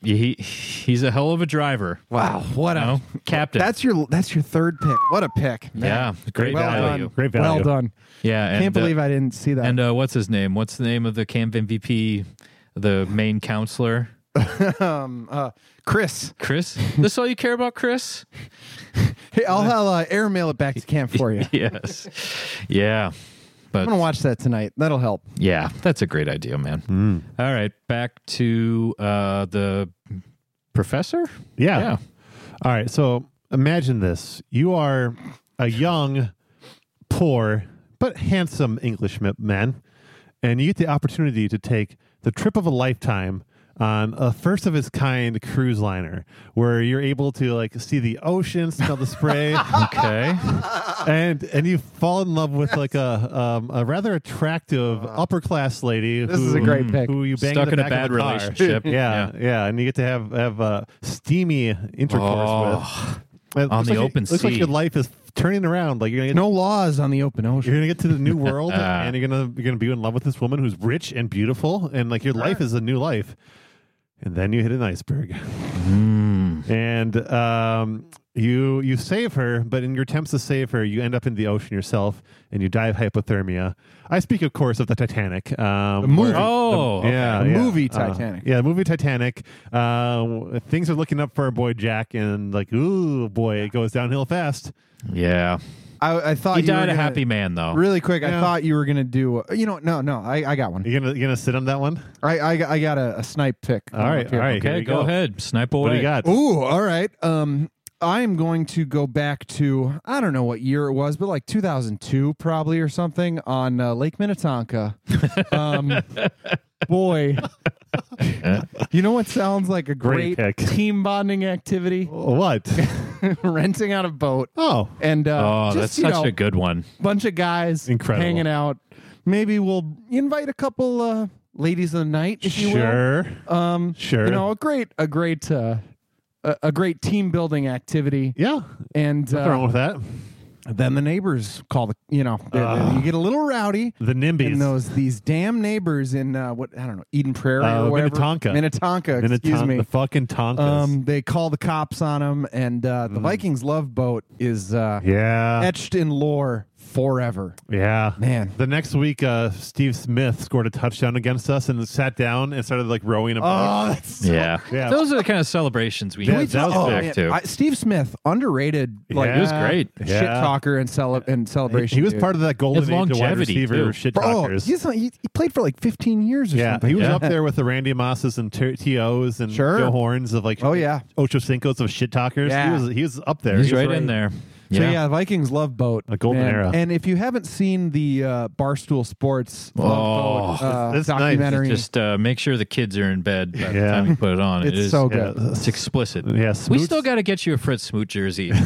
S1: he he's a hell of a driver.
S4: wow, what
S1: You know, captain.
S4: That's your that's your third pick. What a pick!
S1: yeah,
S4: man.
S1: great
S4: well
S1: value.
S4: done.
S3: Great value.
S4: Well done.
S1: Yeah, and,
S4: Can't
S1: uh,
S4: believe I didn't see that.
S1: And uh, what's his name? What's the name of the camp MVP, the main counselor?
S4: um, uh, Chris,
S1: Chris? this all you care about, Chris?
S4: hey, I'll, I'll uh, airmail it back to camp for you.
S1: yes. Yeah.
S4: I'm gonna
S1: But
S4: watch that tonight. That'll help.
S1: yeah, that's a great idea, man. All right, back to uh, the professor.
S3: Yeah.
S1: Yeah.
S3: All right. So imagine this: you are a young, poor but handsome Englishman, and you get the opportunity to take the trip of a lifetime on a first of its kind cruise liner, where you're able to like see the ocean, smell the spray,
S1: Okay.
S3: and and you fall in love with like a um, a rather attractive upper class lady.
S4: Uh, This
S3: who,
S4: is a great pick.
S3: Who you bang
S1: Stuck
S3: in,
S1: in
S3: the
S1: a bad
S3: back of the car.
S1: relationship.
S3: yeah, yeah,
S1: Yeah.
S3: and you get to have have uh, steamy intercourse
S1: Oh,
S3: with It
S1: on
S3: looks
S1: the
S3: like-
S1: open
S3: It looks like
S1: sea.
S3: your life is turning around. Like you're gonna get
S4: No laws on the open
S3: you're
S4: ocean.
S3: gonna get to the new world, and you're gonna you're gonna be in love with this woman who's rich and beautiful, and like your life is a new life. And then you hit an iceberg, and um, you you save her, but in your attempts to save her, you end up in the ocean yourself, and you die of hypothermia. I speak, of course, of the Titanic, um, the
S4: movie.
S1: Oh, okay.
S3: yeah,
S4: The
S3: yeah.
S4: movie
S3: Uh,
S4: Titanic.
S3: yeah, the movie Titanic. Uh, w- things are looking up for our boy Jack, and like, ooh, boy, it goes downhill fast.
S1: yeah.
S4: I, I thought
S1: He
S4: you were
S1: died a
S4: gonna-
S1: happy man, though.
S4: Really quick, I
S3: Yeah.
S4: thought you were gonna do. uh, You know, no, no, I, I got one.
S3: You gonna you gonna sit on that one?
S4: I, I, I got a, a snipe pick.
S3: All right, all right. here
S1: Okay,
S3: we
S1: go, ahead. Snipe away.
S3: What do you got?
S4: Ooh, all right. Um, I'm going to go back to I don't know what year it was, but like 2002 probably or something on uh, Lake Minnetonka. Um, boy, you know what sounds like a
S3: Great
S4: great,
S3: pick. Oh.
S4: team bonding activity?
S3: What?
S4: Renting out a boat
S3: oh,
S4: and uh,
S1: Oh,
S4: just,
S1: that's
S4: you
S1: such
S4: know,
S1: a good one.
S4: bunch of guys
S3: Incredible.
S4: hanging out. Maybe we'll invite a couple uh, ladies of the night, if you will.
S3: sure,
S4: Um,
S3: sure.
S4: You know, a great, a great, uh, a, a great team building activity.
S3: yeah,
S4: And
S3: nothing wrong
S4: uh,
S3: with that.
S4: then the neighbors call the, you know, they- they-
S3: Ugh.
S4: you get a little rowdy.
S3: The
S4: And
S3: NIMBYs.
S4: those these damn neighbors in uh, what I don't know Eden Prairie
S3: Uh,
S4: or whatever
S3: Minnetonka.
S4: Minnetonka,
S3: and the,
S4: excuse
S3: ton-
S4: me.
S3: the fucking Tonkas.
S4: um, they call the cops on them, and uh, the Vikings love boat is uh,
S3: Mm. yeah,
S4: etched in lore forever.
S3: Yeah,
S4: Man.
S3: The next week, uh, Steve Smith scored a touchdown against us and sat down and started like rowing a boat.
S4: that's
S1: Yeah.
S3: Oh, Yeah.
S1: Those are the kind of celebrations we
S3: Can
S1: yeah,
S3: we
S1: that
S3: talk-
S1: was
S3: oh,
S1: back
S4: man.
S1: to.
S4: I- Steve Smith, underrated, like
S1: He was great.
S3: Yeah.
S4: shit talker and cele- and celebration.
S3: He was
S4: dude.
S3: part of that golden
S1: His
S3: age of wide
S1: longevity,
S3: receiver
S1: too.
S3: shit
S4: Bro,
S3: talkers.
S4: he's not, he, he played for like 15 years or
S3: Yeah,
S4: something.
S3: he was
S1: Yeah.
S3: up there with the Randy Mosses and T- Tos and
S4: Sure.
S3: Joe Horns of like
S4: Oh, yeah.
S3: Ocho Cinco's of shit talkers.
S4: Yeah.
S3: He was he was up there.
S1: He's
S3: He was
S1: right in there.
S4: So yeah, Vikings love boat,
S3: A golden
S4: man.
S3: era.
S4: And if you haven't seen the uh, Barstool Sports love boat,
S1: Oh,
S4: uh,
S3: that's nice.
S4: documentary,
S1: Just uh, make sure the kids are in bed by the
S3: Yeah.
S1: time you put it on.
S4: It's
S1: it is,
S4: so good.
S3: Yeah. Oh,
S1: It's explicit.
S3: Yeah,
S1: we
S3: Smoots-
S1: still got to get you a Fritz Smoot jersey.
S4: oh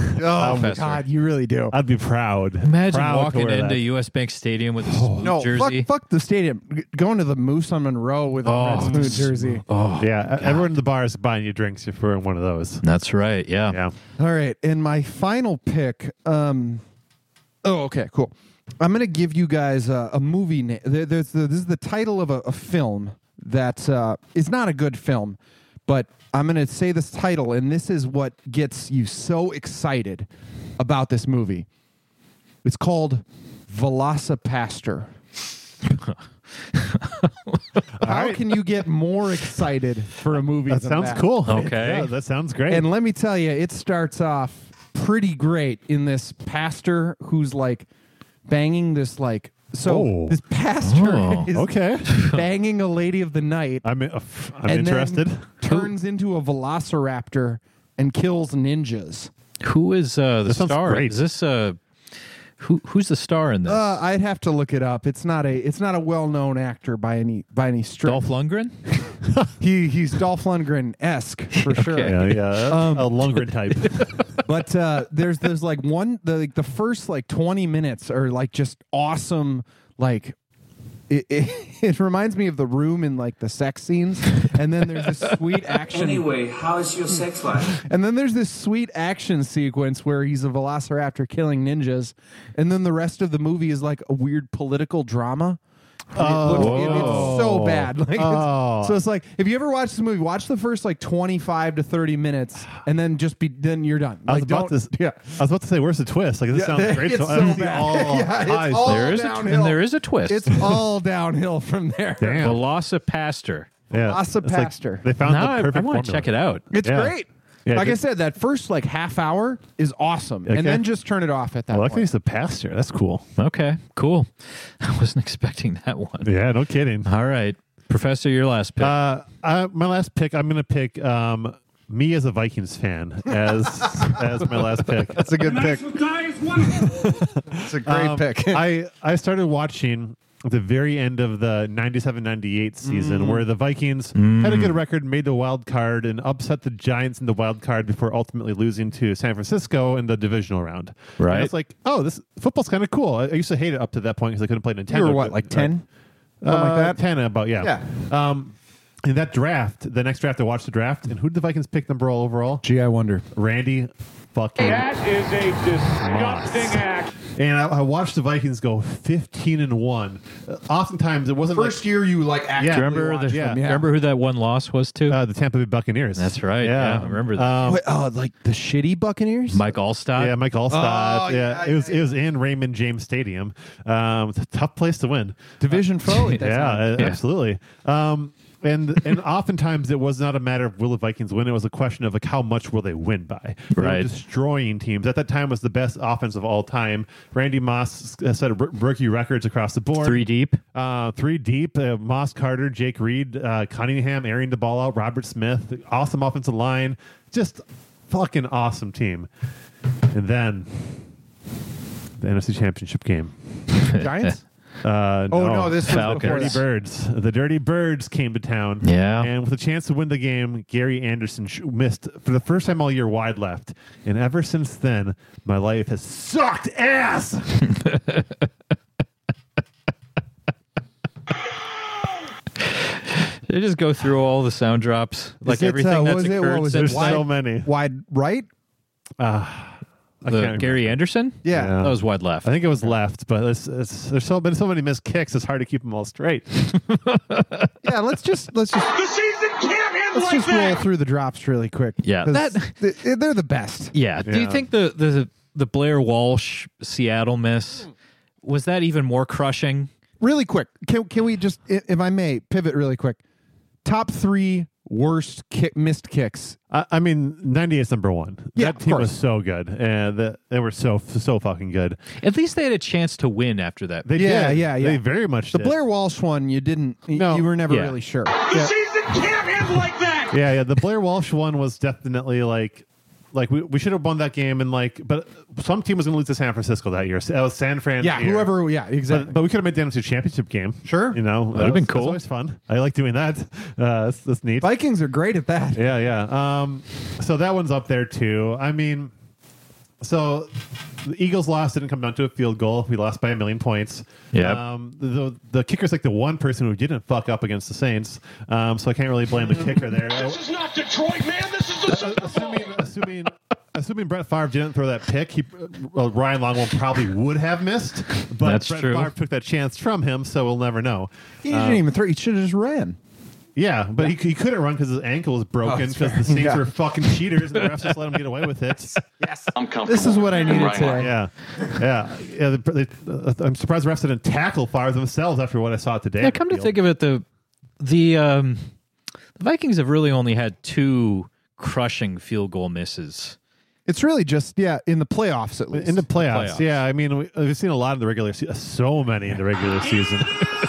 S4: my
S1: Professor.
S4: god, you really do.
S3: I'd be proud.
S1: Imagine
S3: Proud to
S1: walking
S3: wear
S1: into
S3: that. Oh.
S1: U.S. Bank Stadium with a Smoot
S4: no, fuck,
S1: jersey.
S4: fuck the stadium. G- Going to the Moose on Monroe with a
S1: Oh,
S4: red smooth
S1: this-
S4: jersey.
S1: Oh,
S3: Yeah, everyone in the bar is buying you drinks if you're in one of those.
S1: that's right. Yeah.
S3: Yeah,
S4: All right, and my final pick. Um, oh, okay, cool. I'm gonna give you guys uh, a movie name. There, there's the, this is the title of a, a film that uh, is not a good film, but I'm gonna say this title, and this is what gets you so excited about this movie. It's called Velocipaster. How can you get more excited for a movie?
S3: that
S4: than
S3: sounds
S4: that?
S3: cool.
S1: Okay.
S3: Yeah, that sounds great.
S4: And let me tell you, it starts off pretty great in this pastor who's like banging this like so
S3: Oh.
S4: this pastor
S1: Oh,
S4: is
S3: okay,
S4: banging a lady of the night
S3: I'm uh, f- I'm
S4: and then
S3: interested.
S4: turns into a velociraptor and kills ninjas.
S1: Who is uh, the
S3: That sounds
S1: star?
S3: great.
S1: Is this uh, who? Who's the star in this?
S4: Uh, I'd have to look it up. It's not a it's not a well known actor by any by any stretch.
S1: Dolph Lundgren.
S4: He he's Dolph Lundgren esque for sure.
S1: Okay.
S3: yeah, yeah, that's
S4: Um,
S3: a Lundgren type.
S4: but uh, there's there's like one the like, the first like 20 minutes are like just awesome like it, it, it reminds me of the room in like the sex scenes and then there's this sweet action
S6: Anyway, how's your sex life?
S4: and then there's this sweet action sequence where he's a velociraptor killing ninjas and then the rest of the movie is like a weird political drama oh, it's so bad. Like, it's-
S3: Oh.
S4: so it's like if you ever watch this movie, watch the first like twenty five to thirty minutes, and then just be then you're done.
S3: I was
S4: Like,
S3: about to,
S4: don't-
S3: s- I was about to say, where's the twist? Like this sounds great.
S4: it's
S3: so I don't
S4: so
S3: see
S4: bad.
S3: all
S4: Yeah, it's
S3: eyes
S4: all
S1: there is a
S4: downhill.
S1: and there is a twist.
S4: It's all downhill from there.
S3: Damn.
S1: Velocipaster.
S3: Yeah.
S4: Asa
S3: It's like
S4: Pastor.
S3: they found
S1: Now
S3: the
S1: I,
S3: perfect
S1: I want to
S3: formula.
S1: check it out.
S4: It's
S3: Yeah.
S4: great.
S3: Yeah,
S4: like I
S3: just-
S4: said, that first like half hour is awesome,
S3: Okay.
S4: and then just turn it off at that
S3: Well, I think
S4: point.
S3: he's the pastor. That's cool.
S1: Okay, cool. I wasn't expecting that one.
S3: Yeah, no kidding.
S1: All right, Professor, your last pick.
S3: Uh, I, my last pick. I'm gonna pick um, me as a Vikings fan as as my last pick.
S7: That's a good pick.
S2: Guys, wonderful.
S7: That's a great
S3: Um,
S7: pick.
S3: I, I started watching at the very end of the 97 98 season
S4: Mm.
S3: where the Vikings had a good record, made the wild card, and upset the Giants in the wild card before ultimately losing to San Francisco in the divisional round.
S1: Right.
S3: And it's like, oh, this football's kind of cool. I, I used to hate it up to that point because I couldn't play Nintendo.
S4: you were what,
S3: but-
S4: like ten?
S3: uh,
S4: Something like that?
S3: 10 about, yeah. Yeah. Um, in that draft, the next draft, I watched the draft, and who did the Vikings pick number all overall?
S4: Gee, I wonder.
S3: Randy fucking
S2: That is a disgusting
S3: Moss.
S2: act.
S3: And I, I watched the Vikings go 15 and 1. Uh, oftentimes, it wasn't like,
S4: year, you like act.
S3: Yeah.
S1: remember the,
S3: yeah.
S1: remember who that one loss was to?
S3: uh, the Tampa Bay Buccaneers.
S1: That's right. Yeah, I remember that.
S3: Um,
S4: oh, like the shitty Buccaneers.
S1: Mike Allstott.
S3: yeah, Mike Allstott.
S4: Oh,
S3: yeah,
S4: yeah,
S3: it was it was in Raymond James Stadium. Um, it's a tough place to win.
S4: division foe. at that
S3: Yeah,
S4: time.
S3: uh,
S1: Yeah.
S3: absolutely. Um, and and oftentimes it was not a matter of will the Vikings win; it was a question of like how much will they win by. They were
S1: Right.
S3: destroying teams at that time was the best offense of all time. Randy Moss uh, set r- rookie records across the board.
S1: Three deep.
S3: Uh, three deep: uh, Moss, Carter, Jake Reed, uh, Cunningham, airing the ball out. Robert Smith, awesome offensive line, just fucking awesome team. And then the NFC Championship game.
S4: Giants.
S3: Uh,
S4: Oh, no, this was
S1: Falcons.
S4: before
S3: Dirty
S4: that.
S3: Birds. The Dirty Birds came to town.
S1: Yeah.
S3: And with a chance to win the game, Gary Anderson sh- missed for the first time all year wide left. And ever since then, my life has sucked ass.
S1: They just go through all the sound drops, like
S4: it, uh,
S1: everything
S4: what
S1: that's
S4: was it? What
S1: occurred
S4: was it?
S1: since
S3: There's
S4: Why-
S3: so many.
S4: Wide right.
S3: I
S1: the
S3: can't
S1: Gary Anderson.
S4: Yeah.
S3: Yeah.
S1: that was wide left.
S3: I think it was left, but it's, it's, there's so been so many missed kicks. It's hard to keep them all straight.
S4: Yeah. Let's just let's just
S2: The season can't end
S4: let's
S2: like
S4: just
S2: that.
S4: roll through the drops really quick.
S1: Yeah.
S4: 'cause
S1: That-
S4: th- they're the best.
S1: yeah. Do you
S3: Yeah.
S1: think the the the Blair Walsh Seattle miss was that even more crushing?
S4: Really quick, can can we just, i- if I may, pivot really quick? Top three worst kick, missed kicks.
S3: I, I mean, 98's number one.
S4: Yeah,
S3: that
S4: of
S3: team was
S4: course.
S3: so good. And the, they were so, so fucking good.
S1: At least they had a chance to win after that.
S3: They
S4: Yeah,
S3: did.
S4: yeah, yeah.
S3: They very much
S4: The
S3: did.
S4: Blair Walsh one, you didn't. y-
S3: No.
S4: you were never
S1: Yeah.
S4: really sure.
S2: The season can't end like that.
S3: Yeah, yeah. The Blair Walsh one was definitely like, like we, we should have won that game, and like, but some team was going to lose to San Francisco that year. So That was San Fran.
S4: Yeah,
S3: year.
S4: whoever. Yeah, exactly.
S3: But, but we could have made that into a championship game.
S4: Sure.
S3: You know,
S1: That'd have been
S3: was- that's
S1: cool.
S3: Always fun. I like doing that. Uh, that's, that's neat.
S4: Vikings are great at that.
S3: Yeah, yeah. Um, so that one's up there too. I mean, so the Eagles lost didn't come down to a field goal. We lost by a million points.
S1: Yep.
S3: Um, the the kicker's like the one person who didn't fuck up against the Saints. Um, so I can't really blame the kicker there.
S2: This is not Detroit, man. This is the Super Bowl.
S3: assuming assuming assuming Brett Favre didn't throw that pick, he uh, well, Ryan Longwell probably would have missed. But
S1: That's
S3: Brett
S1: true.
S3: Favre took that chance from him, so we'll never know.
S4: He
S3: um,
S4: didn't even throw. He should have just ran.
S3: Yeah, but he, he couldn't run because his ankle was broken
S4: Oh, that's
S3: because the Saints
S4: Yeah.
S3: were fucking cheaters and the refs just let him get away with it.
S7: I'm comfortable.
S4: This is what I needed
S7: Right.
S4: today.
S3: Yeah, yeah. yeah the, the, uh, I'm surprised the refs didn't tackle Favre themselves after what I saw today.
S1: Yeah, come to think of it, the the um, the Vikings have really only had two crushing field goal misses.
S4: It's really just yeah in the playoffs at least.
S3: in the playoffs,
S1: Playoffs.
S3: yeah. I mean, we, we've seen a lot in the regular season, so many in the regular season.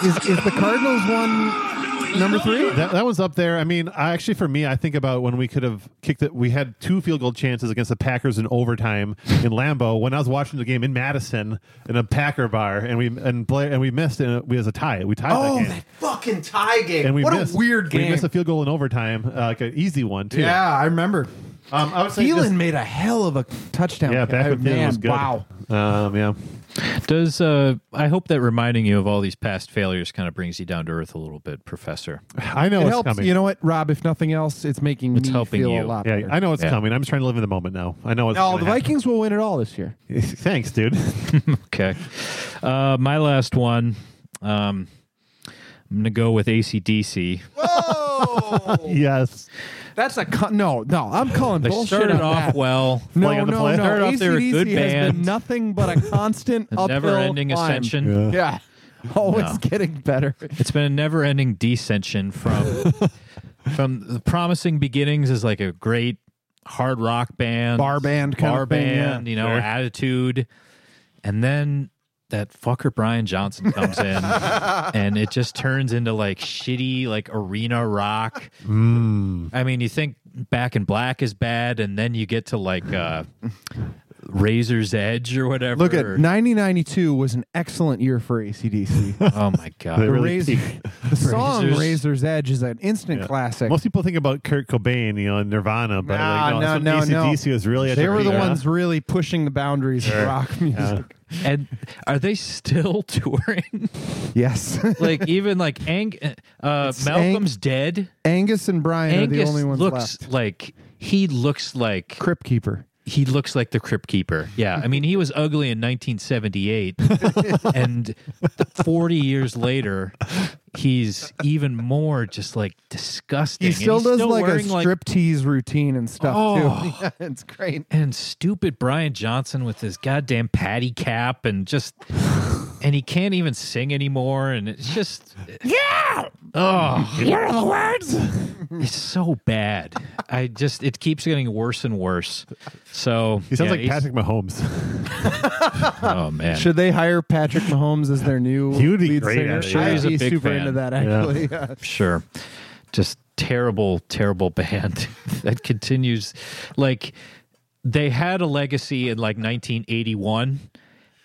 S4: is, is the Cardinals one number three?
S3: That, that was up there. I mean, I actually, for me, I think about when we could have kicked it. We had two field goal chances against the Packers in overtime in Lambeau. When I was watching the game in Madison in a Packer bar, and we and Blair and we missed, and we as a tie. We tied that
S4: Oh,
S3: game.
S4: that
S6: Fucking tie game.
S3: and we
S4: what a
S3: missed,
S4: weird
S3: We
S4: game.
S3: missed a field goal in overtime, uh, like an easy one too.
S4: I remember.
S3: um, I would say
S4: Thielen
S3: just-
S4: made a hell of a touchdown.
S3: yeah,
S4: kick.
S3: back with Thielen
S4: man,
S3: was good.
S4: Wow.
S3: um, yeah.
S1: Does uh, I hope that reminding you of all these past failures kind of brings you down to earth a little bit, Professor.
S3: I know
S4: It
S3: it's
S4: helps.
S3: coming.
S4: You know what, Rob? If nothing else, it's making
S1: Oh, It's
S4: me
S1: helping
S4: feel
S1: you.
S4: a lot
S3: yeah,
S4: better.
S3: I know it's
S1: Yeah.
S3: coming. I'm just trying to live in the moment now. I know it's.
S4: no,
S3: gonna
S4: the Vikings will win it all this year.
S3: happen. Thanks, dude.
S1: Okay, uh, my last one. Um, I'm gonna go with ACDC.
S4: Oh,
S3: yes.
S4: that's a con- no, no. I'm calling
S1: They
S4: bullshit.
S1: started
S4: on
S1: off
S4: that.
S1: well.
S4: No,
S3: Playing
S4: no,
S3: the play-
S4: no.
S1: Started off, they were a
S4: AC/DC
S1: good
S4: has been
S1: band.
S4: nothing but a constant
S1: A
S4: uphill
S1: never-ending
S4: climb.
S1: ascension.
S4: Yeah, always
S1: No.
S4: getting better.
S1: It's been a never-ending descension from from the promising beginnings as like a great hard rock band,
S4: Bar band kind
S1: bar
S4: of thing,
S1: band,
S4: yeah.
S1: you know, attitude, and then that fucker Brian Johnson comes in, and it just turns into like shitty like arena rock.
S4: Mm.
S1: I mean, you think Back in Black is bad, and then you get to like uh, Razor's Edge or whatever.
S4: Look at 9092 was an excellent year for ACDC.
S1: oh my god.
S4: The,
S3: really
S4: Razor-
S3: peaked.
S4: the song
S1: Razor's-
S4: Razor's Edge is an instant classic.
S3: Most people think about Kurt Cobain, you know, and Nirvana, but
S4: Nah,
S3: like, no, that's
S4: no,
S3: when
S4: no, no.
S3: AC/DC was really. at
S4: they
S3: their
S4: were the
S3: peak.
S4: ones really pushing the boundaries of rock music.
S1: And are they still touring?
S4: Yes.
S1: like even like Ang- uh, Malcolm's dead.
S4: Angus and Brian are the
S1: Angus
S4: only ones
S1: looks
S4: left.
S1: like he looks like
S4: Crypt Keeper.
S1: he looks like the crypt keeper. Yeah, I mean he was ugly in 1978, and 40 years later, he's even more just like disgusting.
S4: He
S1: And
S4: still
S1: he's
S4: does like a
S1: wearing,
S4: striptease routine and stuff
S1: Oh.
S4: too. Yeah, it's great.
S1: and stupid Brian Johnson with his goddamn patty cap and just and he can't even sing anymore and it's just yeah oh here are the words it's so bad I just it keeps getting worse and worse so
S3: He sounds
S1: yeah,
S3: like
S1: he's-
S3: Patrick Mahomes.
S1: oh man
S4: Should they hire Patrick Mahomes as their new
S3: He would be
S4: lead
S3: great
S4: singer?
S3: at it. Sure,
S4: I'd
S1: he's a
S4: be
S1: big
S4: super
S1: fan.
S4: into that actually. Yeah.
S1: sure just terrible terrible band that continues like they had a legacy in like 1981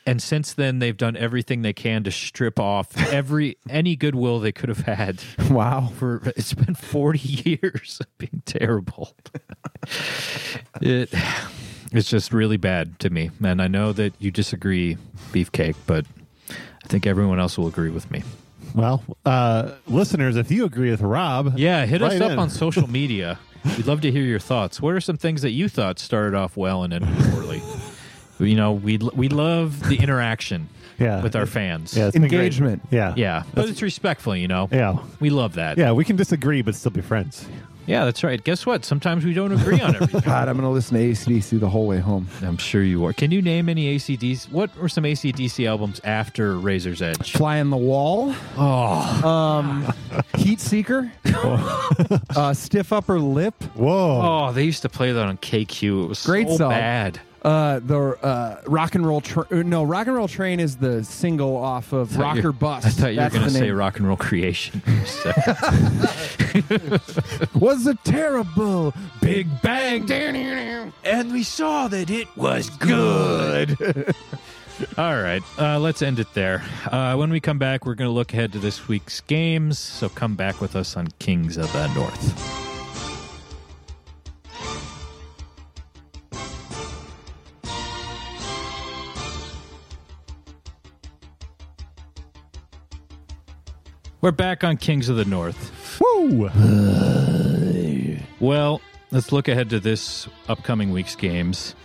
S1: and since then they've done everything they can to strip off every any goodwill they could have had
S4: Wow.
S1: for it's been 40 years of being terrible it it's just really bad to me and i know that you disagree beefcake but i think everyone else will agree with me
S3: Well, uh, listeners, if you agree with Rob,
S1: Yeah, hit us
S3: write
S1: up
S3: in.
S1: on social media. We'd love to hear your thoughts. What are some things that you thought started off well and ended poorly? you know, we we love the interaction
S3: Yeah.
S1: with our fans.
S3: Yeah, it's been great.
S4: Engagement.
S3: Yeah,
S1: Yeah, but it's respectful, you know.
S3: yeah,
S1: We love that.
S3: yeah. We can disagree, but still be friends.
S1: Yeah, that's right. Guess what? Sometimes we don't agree on everything.
S4: God, I'm going to listen to ACDC the whole way home.
S1: I'm sure you are. Can you name any ACDC? What were some ACDC albums after Razor's Edge?
S4: Fly on the Wall,
S1: Oh,
S4: um, Heat Seeker, uh, Stiff Upper Lip,
S3: Whoa.
S1: oh, they used to play that on KQ. It was
S4: Great
S1: so
S4: song.
S1: bad.
S4: uh, the uh, Rock and Roll Tra- uh, No, Rock and Roll Train is the single off of
S1: thought you-
S4: Rocker Bust.
S1: I thought you
S4: That's
S1: were going
S4: the
S1: to say
S4: name.
S1: rock and roll creation. for a second.
S4: Was a terrible big
S1: Bang! And we saw that it was good. All right, uh, let's end it there. Uh, when we come back, we're going to look ahead to this week's games. So come back with us on Kings of the North. We're back on Kings of the North. Oh.
S3: Woo.
S1: Well, let's look ahead to this upcoming week's games.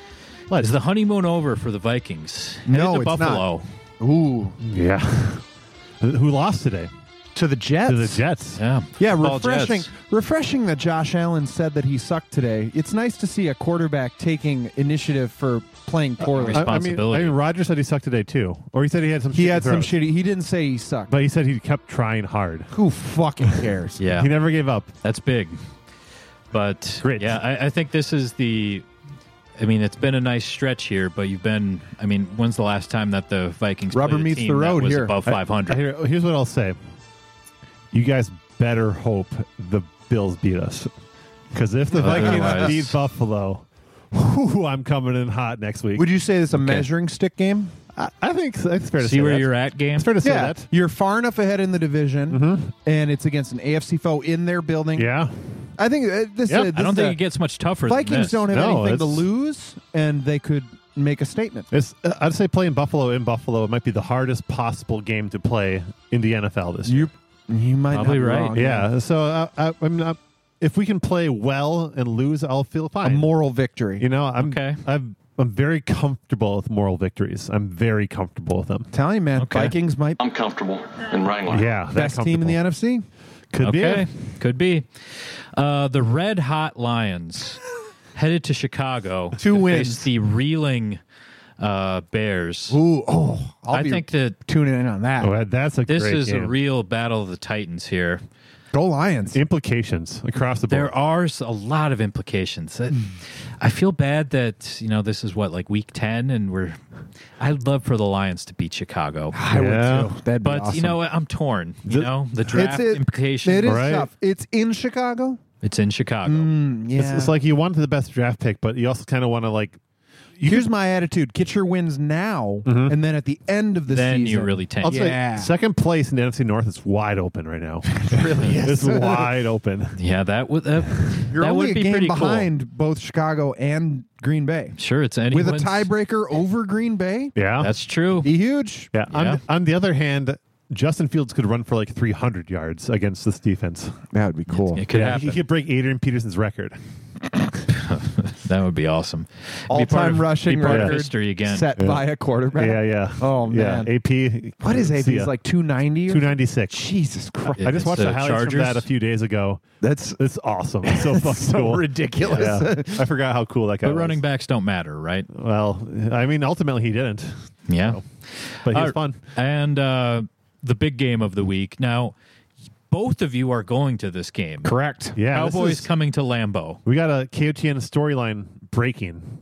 S3: Let's-
S1: Is the honeymoon over for the Vikings?
S4: No,
S1: Headed to
S4: it's not.
S1: Buffalo.
S4: Ooh
S3: Yeah. Who lost today?
S4: to the Jets.
S3: To the Jets.
S1: Yeah.
S4: Yeah,
S1: Football
S4: refreshing.
S1: Jets.
S4: Refreshing that Josh Allen said that he sucked today. It's nice to see a quarterback taking initiative for playing poorly.
S3: Uh, I- I mean, I
S1: Responsibility.
S3: mean, Roger said he sucked today too, or he said he had some.
S4: he
S3: shitty
S4: had some
S3: throws.
S4: shitty. He didn't say he sucked.
S3: but he said he kept trying hard.
S4: who fucking cares?
S1: Yeah.
S3: He never gave up.
S1: That's big. But
S3: Grit.
S1: yeah, I, I think this is the. I mean, it's been a nice stretch here, but you've been. I mean, when's the last time that the Vikings
S4: Rubber
S1: played a
S4: meets
S1: team
S4: the
S1: that
S4: road
S1: was
S4: here.
S1: above
S3: I-
S1: 500?
S3: I hear- Uh, here's what I'll say. You guys better hope the Bills beat us. Because if the Vikings
S1: Otherwise-
S3: beat Buffalo, whew, I'm coming in hot next week.
S4: Would you say this a measuring stick game?
S3: I, I think so. it's fair to
S1: See
S3: say
S1: where
S3: that.
S1: you're at, game.
S3: It's fair to say that. Mm-hmm.
S4: you're far enough ahead in the division, and it's against an AFC foe in their building.
S3: Yeah.
S4: I think uh, this.
S3: Yep.
S4: uh,
S3: I
S4: this
S1: I don't
S4: is
S1: think
S4: a-
S1: it gets much tougher. than
S4: Vikings
S1: this.
S4: don't have
S3: No,
S4: anything to
S3: it's-
S4: lose, and they could make a statement.
S3: It's, uh, I'd say playing Buffalo in Buffalo might be the hardest possible game to play in the NFL this year.
S4: You, you might not
S1: Probably
S4: be
S1: right.
S4: wrong.
S3: yeah. So I, I, I'm not. If we can play well and lose, I'll feel
S4: a
S3: fine.
S4: moral victory.
S3: You know, I'm
S1: Okay.
S3: I'm I'm very comfortable with moral victories. I'm very comfortable with them.
S4: Telling you, man,
S1: Okay.
S4: Vikings might be
S7: I'm comfortable in Wrangler.
S3: Yeah, Oh, that
S4: best team in the
S3: comfortable.
S4: NFC.
S3: Could
S1: Okay,
S3: be.
S1: could be. Uh, the Red Hot Lions headed to Chicago to
S4: Two wins.
S1: face the reeling uh, Bears.
S4: Ooh, oh, I'll
S1: I
S4: be
S1: think that
S4: tuning in on that.
S3: Oh, that- that's a
S1: this
S3: great
S1: is a
S3: game.
S1: real battle of the Titans here.
S4: Go Lions.
S3: implications across the board.
S1: There are s- a lot of implications. That- I feel bad that you know this is what like week ten, and we're. I'd love for the Lions to beat Chicago.
S4: I
S3: Yeah.
S4: would too. That'd be
S1: But you
S4: awesome.
S1: know what? I'm torn. You
S3: The-
S1: know the draft
S4: it-
S1: implications.
S4: it is Mm.
S3: Right.
S4: tough. It's in Chicago.
S1: It's in Chicago.
S4: Yeah.
S3: It's, it's like you want the best draft pick, but you also kind of want to like.
S4: Here's my attitude: get your wins now,
S3: Mm-hmm.
S4: and then at the end of the
S1: then
S4: season,
S1: you really tank.
S3: I'll
S4: Yeah.
S3: say second place in the NFC North is wide open right now. really, it's wide open.
S1: Yeah, that would that,
S4: You're
S1: that
S4: only
S1: would
S4: a
S1: be
S4: game
S1: pretty
S4: behind both Chicago and Green Bay
S1: cool. Sure, it's anyone's.
S4: with a tiebreaker over Green Bay.
S3: Yeah,
S1: That's true.
S4: Be huge.
S3: yeah.
S1: Yeah.
S3: On, on the other hand, Justin Fields could run for like 300 yards against this defense.
S4: That would be cool.
S1: It could
S3: Yeah,
S1: happen.
S3: he could break Adrian Peterson's record.
S1: that would be awesome.
S4: All
S1: be part
S4: time
S1: of,
S4: rushing
S1: be part
S4: record
S1: of history again.
S4: set by a quarterback.
S3: Yeah, yeah.
S4: Oh,
S3: yeah.
S4: man.
S3: AP.
S4: What is AP?
S3: see ya.
S4: He's like two ninety.
S3: 296.
S4: Jesus Christ.
S3: I just watched
S1: It's,
S3: the
S1: uh,
S3: highlights from
S1: Chargers?
S3: that a few days ago.
S4: That's
S3: It's awesome. It's so fucking
S4: so
S3: cool.
S4: ridiculous.
S3: Yeah. I forgot how cool that guy
S1: But
S3: was.
S1: running backs don't matter, right?
S4: Oh,
S3: Well, I mean, ultimately he didn't,
S1: Yeah.
S3: but he
S1: All
S3: was
S1: right.
S3: fun.
S1: And uh, the big game of the week. Now, both of you are going to this game.
S4: correct.
S3: Yeah, this
S1: Cowboys
S3: is-
S1: coming to Lambeau.
S3: We got a KOTN storyline breaking.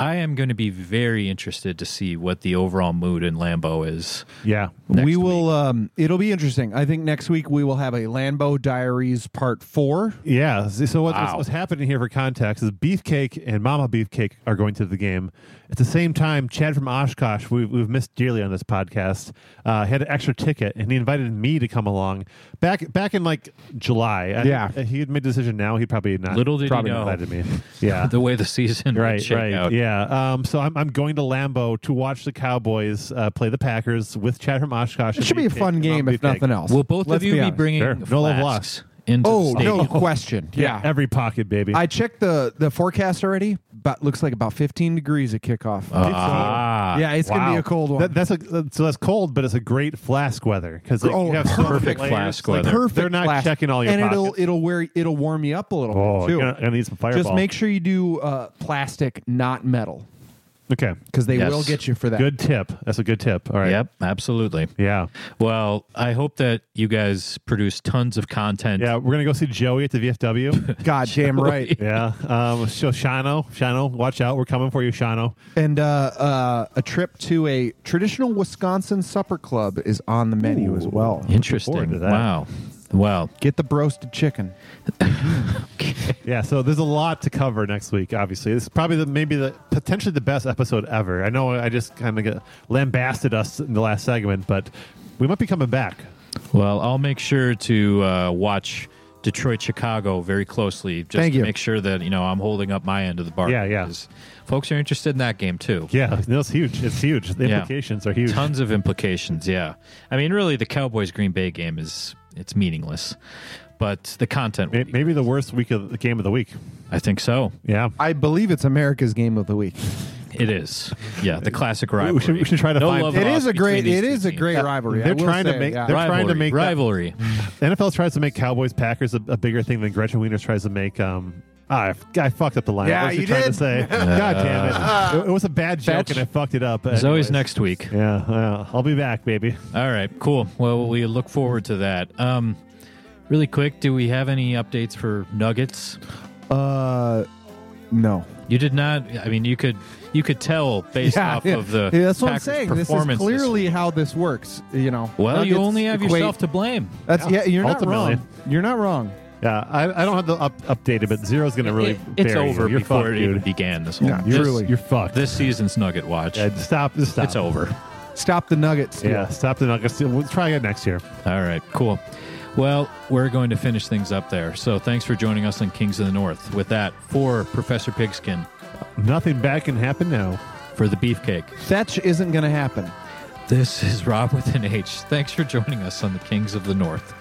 S1: I am going to be very interested to see what the overall mood in Lambeau is.
S3: Yeah,
S4: we will. Um, it'll be interesting. I think next week we will have a Lambo Diaries Part Four.
S3: yeah. So so what- what's,
S1: Wow.
S3: what's happening here for context is Beefcake and Mama Beefcake are going to the game at the same time. Chad from Oshkosh, we've, we've missed dearly on this podcast, uh, had an extra ticket and he invited me to come along back back in like July. I-
S4: Yeah.
S3: he had made a decision now. He probably not.
S1: Little did he
S3: probably
S1: know.
S3: not invited me. Yeah,
S1: The way the season would
S3: right
S1: shake
S3: right
S1: out.
S3: yeah um so I'm, I'm going to lambeau to watch the cowboys uh, play the packers with chad from oshkosh
S4: It should be a fun game, if nothing else.
S1: Will both
S4: Let's
S1: of you be,
S4: honest.
S1: bringing
S3: Sure. No love
S1: flasks into the
S4: Oh
S1: stadium?
S4: no question.
S3: yeah.
S4: Yeah.
S3: every pocket baby
S4: I checked the the forecast already. about, looks like about 15 degrees at kickoff.
S1: Ah,
S4: yeah, it's gonna be a cold one.
S3: That, that's a, so that's cold, but it's a great flask weather because like,
S4: Oh,
S3: you have so many
S1: perfect
S3: layers,
S1: flask
S3: like,
S1: weather.
S3: Perfect. They're not
S4: flash.
S3: checking all your
S4: and it'll
S3: pockets.
S4: it'll wear it'll warm you up a little
S3: oh,
S4: bit too.
S3: you're gonna, gonna need some fireball.
S4: Just make sure you do uh, plastic, not metal,
S3: Okay.
S4: because they
S1: Yes.
S4: will get you for that.
S3: Good tip. That's a good tip. All right.
S1: Yep, absolutely.
S3: Yeah.
S1: Well, I hope that you guys produce tons of content.
S3: Yeah. We're gonna go see Joey at the VFW.
S4: God damn right.
S3: yeah. Um. So Shano, Shano, watch out. We're coming for you, Shano.
S4: And uh, uh, a trip to a traditional Wisconsin supper club is on the menu as well.
S3: forward to
S1: Interesting.
S3: that.
S1: Wow. Well,
S4: Get the broasted chicken.
S3: Yeah. So there's a lot to cover next week. Obviously, this is probably the maybe the potentially the best episode ever. I know I just kind of lambasted us in the last segment, but we might be coming back.
S1: well, I'll make sure to uh, watch Detroit Chicago very closely just
S4: Thank
S1: to
S4: you.
S1: make sure that, you know, I'm holding up my end of the bar.
S3: Yeah, yeah.
S1: because Folks are interested in that game too.
S3: Yeah. No, it's huge. It's huge. The
S1: Yeah.
S3: implications are huge.
S1: Tons of implications, yeah. I mean, really the Cowboys Green Bay game is it's meaningless. But the content
S3: May- Maybe the worst week of the game of the week.
S1: I think so.
S3: Yeah.
S4: I believe it's America's game of the week.
S1: It is. Yeah, the classic rivalry.
S3: we should- we should try to
S1: no
S3: find-
S1: love
S4: It
S1: lost
S4: is a
S1: between
S4: great.
S1: these
S4: It
S1: two
S4: is a
S1: teams.
S4: great rivalry. I
S3: They're
S4: will
S3: trying to
S4: say,
S3: make-
S4: yeah.
S3: they're- trying to
S1: Rivalry,
S3: make that-
S1: rivalry.
S3: The NFL tries to make Cowboys Packers a, a bigger thing than Gretchen Wieners tries to make. Um, ah, I, I fucked up the line.
S4: Yeah,
S3: what was she
S4: you
S3: trying to
S4: did.
S3: say? God damn it. it! It was a bad joke,
S1: Fetch.
S3: and I fucked it up.
S1: It's always
S3: Anyways.
S1: next week.
S3: Yeah, yeah, I'll be back, baby.
S1: All right, cool. Well, we look forward to that. Um, really quick, do we have any updates for Nuggets?
S4: Uh, no.
S1: You did not. I mean, you could you could tell based off of the
S4: yeah, that's what I'm
S1: Packers
S4: saying. This is
S1: performance. this
S4: clearly
S1: week.
S4: how this works. You know.
S1: well, you
S4: Nuggets
S1: only have
S4: equate-
S1: yourself to blame.
S4: That's yeah. You're not
S3: Ultimately.
S4: wrong. You're not wrong.
S3: Yeah, I, I don't have the up, updated, but zero's gonna really.
S1: It- it's
S3: bury you.
S1: over
S3: You're
S1: before
S3: fucked,
S1: it even
S3: dude.
S1: began. This whole
S4: Yeah,
S1: this,
S4: truly.
S3: You're fucked.
S1: this season's Nugget Watch.
S3: Yeah, stop. just Stop.
S1: It's over.
S4: Stop the Nuggets.
S3: Yeah, stop the Nuggets. We'll try again next year.
S1: All right, cool. Well, we're going to finish things up there. So thanks for joining us on Kings of the North. With that, for Professor Pigskin,
S3: Nothing bad can happen now.
S1: for the beefcake,
S4: Fetch isn't going to happen.
S1: this is Rob with an H. Thanks for joining us on the Kings of the North.